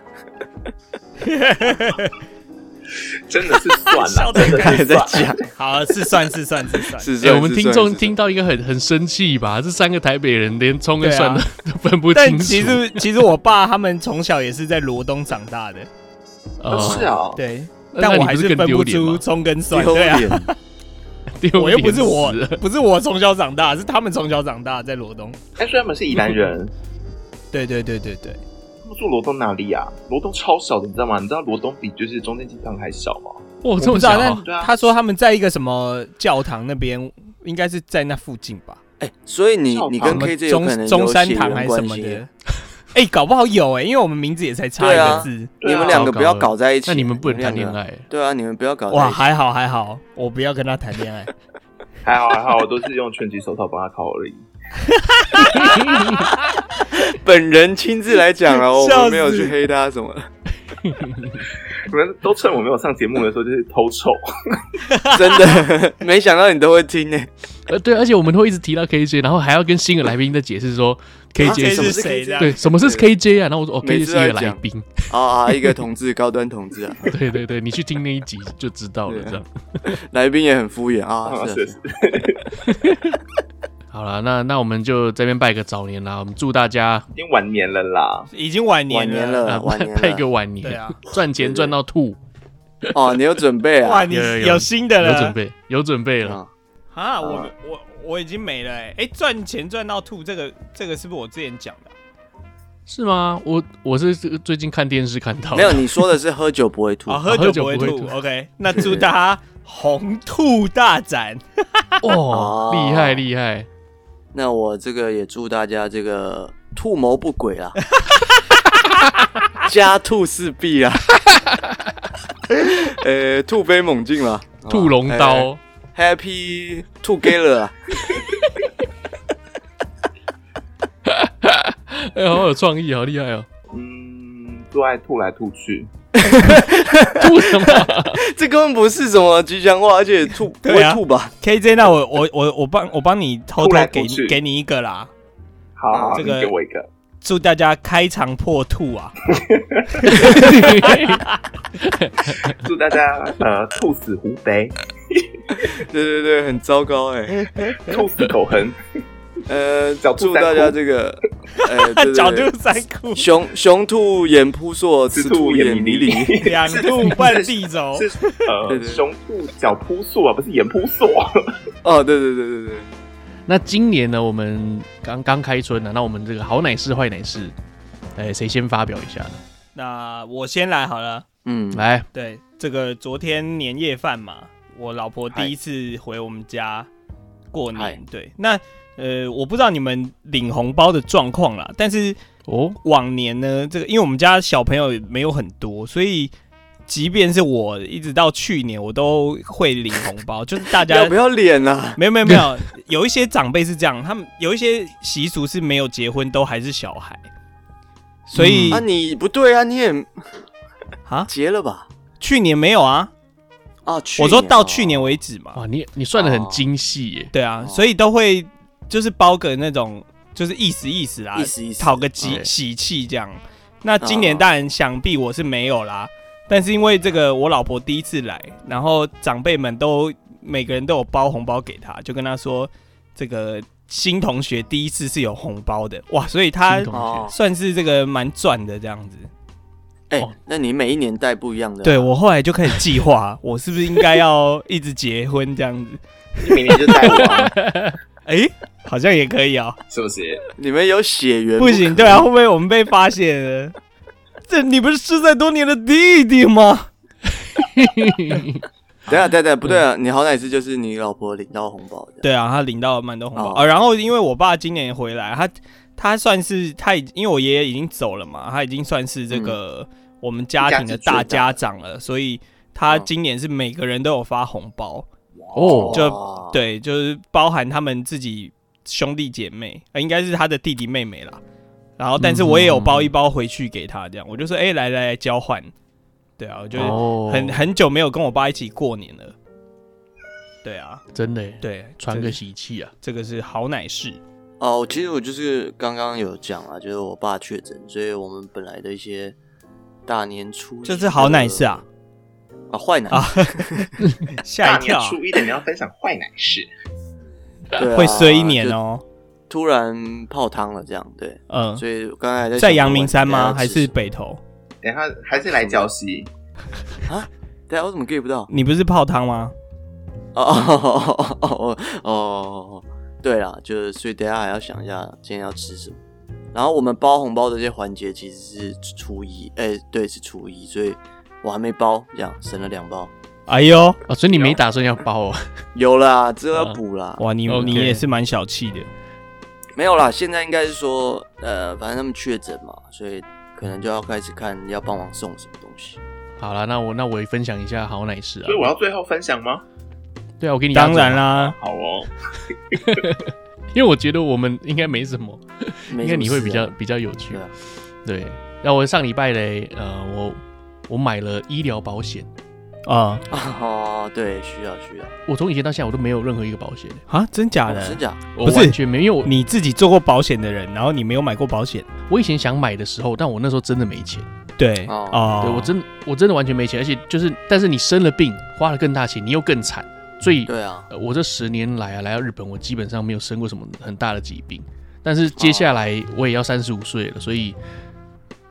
S4: 真的是 蒜
S2: 笑
S4: 啊，
S2: 得
S4: 真的
S3: 还
S4: 是
S3: 在
S4: 蒜。
S3: 讲，
S2: 好，是算是算是算。
S3: 是
S1: 哎、我们听众，
S3: 是
S1: 听到应该很很生气吧？这三个台北人连葱跟
S2: 对
S1: 蒜
S2: 啊
S1: 都都 分 不清
S2: 但
S1: 楚。
S2: 其实其实我爸他们从小也是在罗东长大的，
S1: 呃
S4: 是啊，
S2: 对，
S1: 那
S2: 但
S1: 那
S2: 我
S1: 你
S2: 还
S1: 不
S2: 是
S1: 是更
S2: 分
S1: 丢
S2: 不
S1: 脸
S2: 出
S1: 吗
S2: 葱跟
S3: 是
S2: 蒜，
S3: 丢
S2: 哦对啊，
S3: 脸，
S1: 丢
S2: 我又不是
S1: 脸
S2: 我
S1: 死了，
S2: 不是我从小长大，是他们从小长大在罗东。
S4: 哎，所以他们是宜兰人，
S2: 对对对对对，
S4: 他们住罗东哪里啊？罗东超小的，你知道吗？你知道罗东比就是中正机场还小吗？
S1: 哇，
S2: 我
S1: 这
S2: 不
S1: 么
S2: 知道，
S1: 小啊、
S4: 对啊
S2: 但他说他们在一个什么教堂那边，应该是在那附近吧？
S3: 哎，所以你你
S4: 教
S3: 跟
S4: 堂
S3: KJ 有可能
S2: 中
S3: 有
S2: 中山
S3: 血
S2: 堂
S3: 缘
S2: 还是什
S3: 关
S2: 么
S3: 系
S2: 的。哎、搞不好有哎、因为我们名字也才差一
S3: 对
S2: 个
S3: 啊
S2: 字。
S4: 对
S3: 你
S4: 啊
S3: 们两个不要搞在一起，
S1: 那你们不能谈
S3: 你
S1: 恋
S3: 们两个。
S1: 爱。
S3: 对啊，你们不要搞在
S2: 哇，
S3: 一起。
S2: 还好还好，我不要跟他谈 恋爱。
S1: 啊
S4: 还好还好，我都是用拳击手套帮他烤而已。
S3: 本人亲自来讲了，我
S2: 笑
S3: 们没有
S2: 死
S3: 去黑他什么。
S4: 你们都趁我没有上节目的时候就是偷臭，
S3: 真的， 没想到你都会听呢、
S1: 呃，对，而且我们会一直提到 KJ，然后还要跟新的来宾在解释说 KJ
S2: 这
S1: 什么
S3: 什么
S2: 是
S3: 是
S2: 谁的？
S1: 对，什么是 KJ 啊？然后我说哦
S3: 每
S1: ，KJ 是
S3: 次
S1: 一个
S3: 在
S1: 来
S3: 讲
S1: 宾，
S3: 啊啊，一个同志，高端同志 啊，
S1: 对对对，你去听那一集就知道了。这样
S3: 来宾也很敷衍啊，
S4: 啊
S2: 哦
S3: 是啊
S4: 是
S3: 是啊
S4: 是
S1: 好了，那那我们就这边拜个早年啦，我们祝大家
S4: 已经晚年了啦。
S2: 已经晚年
S3: 晚年
S2: 了。
S1: 啊
S3: 了，呃晚
S1: 拜
S3: 年
S1: 拜个
S3: 了，
S1: 晚
S2: 对
S1: 年，
S2: 啊，
S1: 赚钱赚到吐，
S3: 哦，你有准备
S2: 哇，
S3: 啊？
S2: 你
S1: 有有有
S2: 有新的了？
S1: 有准备有准备了。
S3: 啊
S2: 啊？我我我已经没了哎、欸！哎、赚钱赚到吐，这个这个是不是我之前讲的啊？
S1: 是吗？我我是这个最近看电视看到的，
S3: 没有，你说的是喝酒不会吐
S2: 哦，，喝
S1: 啊喝
S2: 酒
S1: 酒
S2: 不会
S1: 不会
S2: 吐。
S1: 吐
S2: OK，那祝大家红兔大展。
S1: 哦
S3: 哦，
S1: 厉害厉害，
S3: 那我这个也祝大家这个兔谋不 轨啊，家兔四 壁啊，呃，突飞猛进了，
S1: 兔龙
S3: 哎
S1: 刀，
S3: ，Happy 兔 g a l e r 啊，
S1: 哎，好有创意，好厉 害哦！
S4: 嗯，做爱吐来吐去，
S1: 吐什么？
S3: 这根本不是什么吉祥话，而且兔不
S2: 对啊
S3: 会吐吧？
S2: KJ，那我我我我帮我帮你偷
S4: 吐
S2: 偷
S4: 来
S2: 给
S4: 吐去
S2: 给你一个啦，
S4: 好好，
S2: 这
S4: 你
S2: 个
S4: 给我一个，
S2: 祝大家开肠破兔啊！
S4: 祝大家呃兔死狐悲，
S3: 对对对，很糟糕哎。
S4: 兔死狗 恨，
S3: 呃，
S4: 狡兔
S3: 祝
S4: 三窟
S3: 大家 这个，呃，对对对
S2: 狡兔三窟，
S3: 雄雄兔眼扑朔，雌兔眼迷离。
S2: 两兔半地走。
S4: 是
S3: 对
S4: 呃
S3: 对对
S4: 雄兔脚扑朔啊，不是眼扑朔。
S3: 哦，对对对对对，
S1: 那今年呢，我们刚刚开春啊呢、那我们这个好奶是坏奶是，哎，谁先发表一下呢？
S2: 那我先来好了。
S3: 嗯，
S1: 来，
S2: 对，这个昨天年夜饭嘛，我老婆
S3: 嗨
S2: 第一次回我们家过
S3: 嗨
S2: 年。对，那呃，我不知道你们领红包的状况啦，但是
S1: 哦，
S2: 往年呢，这个因为我们家小朋友没有很多，所以即便是我一直到去年，我都会领红 包，就是大家
S3: 要不要脸啊？
S2: 没有没有没有，有一些长辈是这样，他们有一些习俗是没有结婚都还是小孩，所以
S3: 啊，你不对啊，你也
S2: 啊，
S3: 结了吧？
S2: 去年没有啊，
S3: 啊，去
S2: 我
S3: 年
S2: 说到
S3: 哦
S2: 去年为止嘛，
S1: 哇，你你算的很精细耶，
S2: 对啊，
S3: 哦
S2: 所以都会就是包个那种就是意思意思啦，
S3: 意思意思
S2: 讨个吉
S1: 对
S2: 喜气这样。那今年
S3: 嗯
S2: 当然想必我是没有啦，但是因为这个我老婆第一次来，然后长辈们都每个人都有包红包给她，就跟她说这个新同学第一次是有红包的哇，所以她
S1: 新同
S3: 哦
S1: 学，
S2: 算是这个蛮赚的这样子。
S3: 哎
S1: 哦，
S3: 那你每一年带不一样的啊，
S2: 对我后来就开始计划，我是不是应该要一直结婚这样子？
S4: 你明年就带我、啊，
S2: 哎、好像也可以 哦、
S4: 是不是？
S3: 你们有血缘
S2: 不
S3: 可
S2: 行，对啊，会不会我们被发现 了？这你不是失散多年的弟弟吗？
S3: 等一下，等一下等一下，不对啊，你好歹是就是你老婆领到红包的，
S2: 对啊，他领到了蛮多红包、
S3: 哦
S2: 啊。然后因为我爸今年回来，他他算是他已因为我爷爷已经走了嘛，他已经算是这个、我们家庭的大嗯家长了，哦所以他今年是每个人都有发红包，
S1: 哦，
S2: 就
S3: 哇，
S2: 对，就是包含他们自己兄弟姐妹，呃、应该是他的弟弟妹妹啦。然后，但是我也有包一包回去给他，这样我就说，哎、来来来交换。对啊，我就
S1: 哦
S2: 很很久没有跟我爸一起过年了。对啊，
S1: 真的耶，
S2: 对，
S1: 传
S2: 这
S1: 个喜气啊，
S2: 这个是好奶事，
S3: 哦，其实我就是刚刚有讲啊，就是我爸确诊，所以我们本来的一些大年初一
S2: 这是好奶事啊
S3: 啊，坏奶
S2: 啊，吓
S4: 大
S2: 一
S4: 年
S2: 跳，
S4: 初一的你要分享坏奶事，
S3: 对啊
S2: 会衰一年，哦。
S3: 就突然泡汤了这样，对，
S2: 嗯，
S3: 所以刚才在
S2: 在
S3: 想
S2: 阳明山
S3: 我
S2: 吗？
S3: 等下
S2: 还
S3: 要
S2: 是
S3: 吃什么
S2: 北投？
S4: 等一下还是来礁溪，
S3: 等下我怎么 get 不到？
S2: 你不是泡汤吗？
S3: 哦哦哦哦哦哦，对啦，就是所以等一下还要想一下今天要吃什么。然后我们包红包的这些环节其实是初一，哎、对，是初一，所以我还没包，这样省了两包。
S2: 哎呦，
S1: 啊，所以你没打算要包啊？
S3: 有啦，这要补啦。
S2: 哇，你
S1: OK
S2: 你也是蛮小气的。
S3: 没有啦，现在应该是说，呃，反正他们确诊嘛，所以可能就要开始看要帮忙送什么东西。
S1: 好了，那我那我也分享一下好奶事啊
S4: 所以，我要最后分享吗？
S1: 对啊，我给你压
S2: 当
S1: 轴啊
S2: 然，啦，
S4: 好哦，
S1: 因为我觉得我们应该没什么，
S3: 没
S1: 应
S3: 什
S1: 该
S3: 么
S1: 你会比
S3: 事啊
S1: 较比较有趣
S3: 对，啊，
S1: 对。那我上礼拜嘞，呃，我我买了医疗保险。
S2: 啊
S3: 哦，对，需要需要，
S1: 我从以前到现在我都没有任何一个保险，
S2: 啊，真假
S3: 哦真
S2: 的？
S3: 假？
S1: 我
S2: 不是
S1: 完全没有。因为我
S2: 你自己做过保险的人，然后你没有买过保险，
S1: 我以前想买的时候，但我那时候真的没钱，
S2: 对
S3: 哦
S2: 哦，
S1: 对我真我真的完全没钱，而且就是，但是你生了病，花了更大钱，你又更惨，所以
S3: 对啊，
S1: 呃我这十年来啊，来到日本，我基本上没有生过什么很大的疾病。但是接下
S3: 哦
S1: 来我也要三十五岁了，所以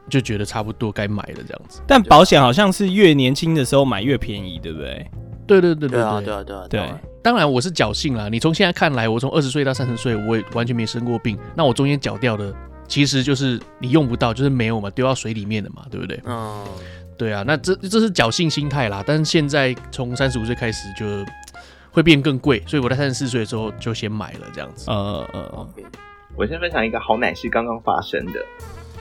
S1: 就觉得差不多该买了这样子。
S2: 但保险好像是越年轻的时候买越便宜，对不对？
S1: 对对对
S3: 对啊，
S1: 对
S3: 对啊，对啊，
S2: 对
S3: 啊，
S1: 当然我是侥幸啦。你从现在看来，我从二十岁到三十岁，我也完全没生过病。那我中间缴掉的，其实就是你用不到，就是没有嘛，丢到水里面的嘛，对不对？
S3: 嗯，
S1: 对啊，那这这是侥幸心态啦。但是现在从三十五岁开始就会变更贵，所以我在三十四岁的时候就先买了这样子。
S2: 呃呃，
S4: 我先分享一个好奶事刚刚发生的，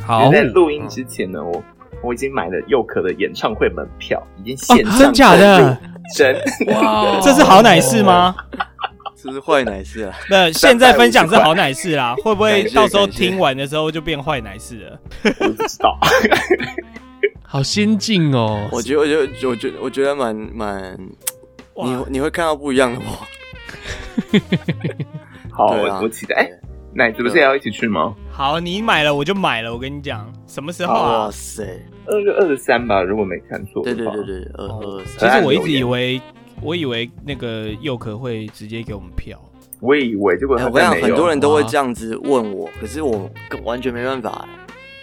S2: 好
S4: 就，在录音之前呢，我我已经买了佑可的演唱会门票，已经
S2: 哦
S4: 线上、
S2: 真假？的？
S4: 真
S1: 哇哦
S2: 这是好奶事？
S3: 哦
S2: 吗？
S3: 这是坏奶事啊，
S2: 那现在分享是好奶事 啦，会不会
S3: 感谢
S2: 到时候
S3: 感谢
S2: 听完的时候就变坏奶事了？
S4: 我不知道，
S1: 好先进哦！
S3: 我觉得，我觉得，我觉得，我觉得蛮蛮，
S2: 哇
S3: 你你会看到不一样的我。
S4: 好，
S3: 对啊
S4: 我我期待。哎、
S3: 对
S4: 奶子不是也要一起去吗？
S2: 好，你买了我就买了，我跟你讲，什么时候
S3: 哇
S2: 啊？
S3: 塞，
S4: 二月二十三吧，如果没看错的
S3: 对
S4: 话。
S3: 对对对，呃二
S2: 哦
S3: 二
S2: 其实
S4: 可爱
S2: 我一
S4: 留
S2: 直
S4: 言
S2: 以为，我以为那个佑可会直接给我们票。
S4: 我以为结果
S3: 哎
S4: 好
S3: 我跟你
S4: 像
S3: 讲，
S4: 没有。
S3: 很多人都会
S1: 哇
S3: 这样子问我，可是我根完全没办法，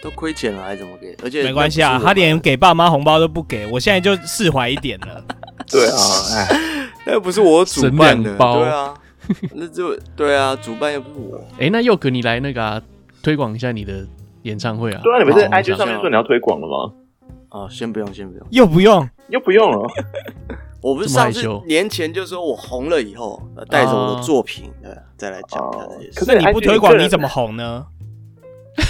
S3: 都亏钱了还怎么给？而且
S2: 没关系啊
S3: 那，不是我
S2: 他连给爸妈红包都不给，我现在就释怀一点了。
S4: 对啊，哎，
S3: 那不是我主办
S1: 省
S3: 的，
S1: 两包
S3: 对啊，那就对啊，主办又不是我。
S1: 哎、那佑可你来那个、啊、推广一下你的演唱会啊？
S4: 对啊，你不是
S1: 好
S4: IG 上面说你要推广了吗？
S3: 哦，先不用，先不用。
S2: 又不用，
S4: 又不用了，
S3: 我不是
S1: 这么害
S3: 上次
S1: 羞
S3: 年前就说我红了以后，呃带着我的作品，呃，再来讲一下这件
S4: 哦可
S1: 哦
S3: 事。
S4: 是
S2: 你不
S4: IG
S2: 推
S4: 个
S2: 广
S4: 人
S2: 你怎么红呢？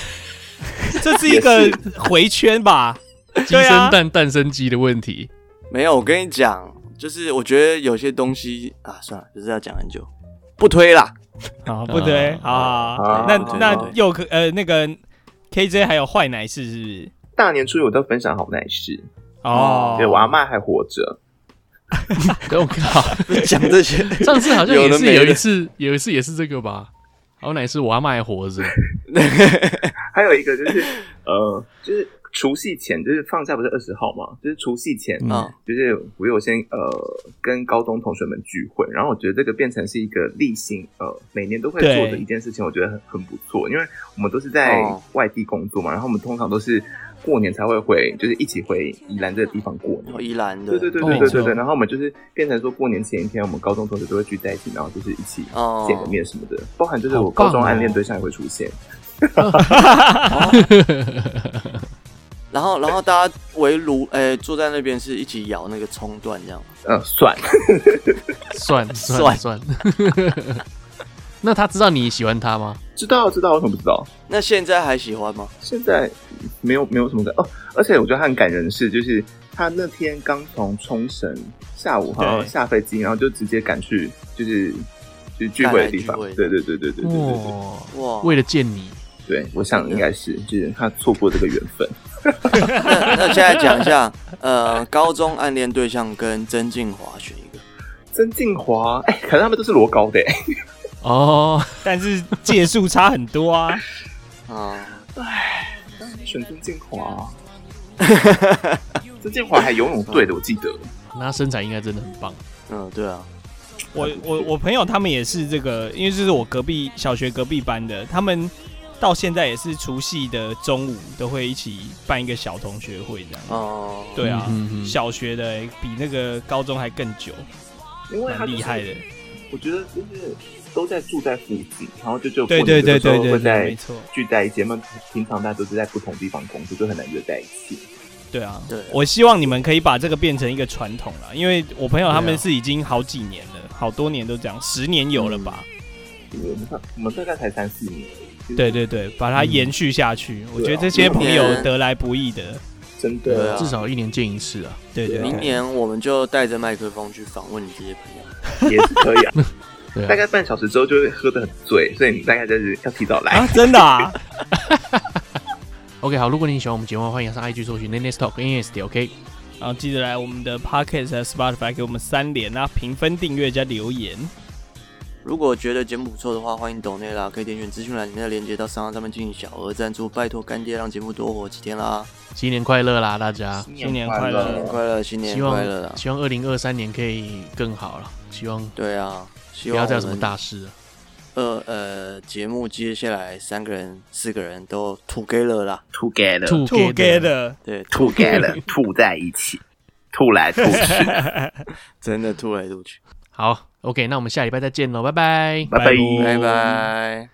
S2: 这是一个
S4: 也
S2: 回圈吧？
S1: 鸡生
S2: 对
S1: 蛋，蛋生鸡的问题。
S3: 没有，我跟你讲，就是我觉得有些东西啊，算了，就是要讲很久，不推啦。
S2: 啊，不对
S1: 啊
S2: 啊
S4: 啊。
S2: 那
S4: 不推
S2: 那
S3: 不推
S2: 佑可呃那个 KJ 还有坏奶事是不是？
S4: 大年初一我都分享好奶事，
S2: 哦，
S4: 对我阿妈还活着，
S1: 我靠，
S3: 讲这些，
S1: 上次好像
S3: 有
S1: 也
S3: 的
S1: 是
S3: 没
S1: 有一
S3: 的
S1: 次，有一次也是这个吧。好奶是我阿妈还活着，
S4: 还有一 个就是呃，就是除夕前，就是放假不是二十号嘛，就是除夕前
S1: 嗯
S3: 啊
S4: 就是我有先呃跟高中同学们聚会，然后我觉得这个变成是一个例行呃每年都会做的
S2: 对
S4: 一件事情，我觉得很很不错，因为我们都是在
S3: 哦
S4: 外地工作嘛，然后我们通常都是过年才会回，就是一起回宜兰这个地方过年
S3: 哦。宜兰的，
S4: 对对对
S1: 哦
S4: 对对对对，然后我们就是变成说过年前一天，我们高中同学都会聚在一起，然后就是一起
S3: 哦
S4: 见个面什么的，包含就是我
S1: 好棒
S4: 高中
S1: 哦
S4: 暗恋对象也会出现。
S3: 然后然后大家围炉，哎，坐在那边是一起咬那个葱段这样。
S4: 嗯，算，
S1: 算算算。 那他知道你喜欢他吗？
S4: 知道知道，为什么不知道？
S3: 那现在还喜欢吗？
S4: 现在没有没有什么感哦，而且我觉得他很感人的是，就是他那天刚从冲绳下午好像
S2: 对
S4: 下飞机，然后就直接赶去就是就是聚会的地方
S3: 赶来聚会，
S4: 对对对对对对对对
S1: 哦，
S3: 哇，
S1: 为了见你，
S4: 对，我想应该是就是他错过这个缘分。
S3: 那那现在讲一下，呃，高中暗恋对象跟曾静华选一个，
S4: 曾 静华，哎、可是他们都是罗高的、哎
S1: 哦，
S2: 但是届数差很多啊。
S3: 啊、
S4: 选曾 静华，曾静华还游泳队的，我记得。
S1: 那他身材应该真的很棒。
S3: 嗯，对啊，
S2: 我我我朋友他们也是这个，因为这是我隔壁小学隔壁班的，他们到现在也是除夕的中午都会一起办一个小同学会这样。
S3: 哦、
S2: 对啊，
S1: 嗯哼哼
S2: 小学的、欸比那个高中还更久，
S4: 因为他
S2: 蛮
S4: 就是
S2: 厉害的。
S4: 我觉得就是都在住在附近，然后就就
S2: 对
S4: 过年
S2: 对
S4: 的时候
S2: 对对
S4: 会
S2: 对
S4: 在
S2: 没错
S4: 聚在一起。那平常大家都是在不同地方工作，就很难约在一起。
S2: 对啊，
S3: 对
S2: 我希望你们可以把这个变成一个传统了，因为我朋友他
S1: 对
S2: 们
S1: 啊
S2: 是已经好几年了，好多年都这样，十年有了吧？
S4: 我们大我们大概才三四年而已，其实
S2: 对对对，把它
S1: 嗯
S2: 延续下去，我
S4: 对啊
S2: 觉得这些朋友
S3: 明年
S2: 得来不易的。
S4: 真
S3: 对
S4: 的
S3: 啊
S1: 至少一年见一次啊。
S2: 对对对，
S3: 明年我们就带着麦克风去访问你这些朋友。
S4: 也是可以啊。
S1: 对
S4: 大
S1: 啊，
S4: 概半小时之后就会喝得很醉，所以你大概就是要提早来。
S2: 啊，真的啊。
S1: OK，好，如果你喜欢我们节目，欢迎上 IG 搜寻 Nene Talk N S T OK。
S2: 然啊后记得来我们的 Pocket 和 Spotify 给我们三连啊，评分、订阅加留言。
S3: 如果觉得节目不错的话，欢迎抖内啦，可以点选资讯栏里面的链接到商号上面进行小额赞助，拜托干爹让节目多火几天啦！
S1: 新年快乐啦，大家！
S2: 新年快
S3: 新年
S2: 乐！
S3: 快乐，新年
S1: 希
S3: 快乐啦
S1: 嗯望！希望二零二三年可以更好了，希望
S3: 对啊，希
S1: 不
S3: 望
S1: 要再有
S3: 我
S1: 什么
S3: 们
S1: 大事了。
S3: 呃呃节目接下来三个人、四个人都 together 啦，
S4: together
S1: 吐
S2: 吐
S1: together
S2: 给的，
S3: 对，
S4: together 吐在一起，吐来吐去，
S3: 真的吐来吐去，
S1: 好，OK，那我们下礼拜再见喽，拜拜。
S4: 拜拜。
S3: 拜拜。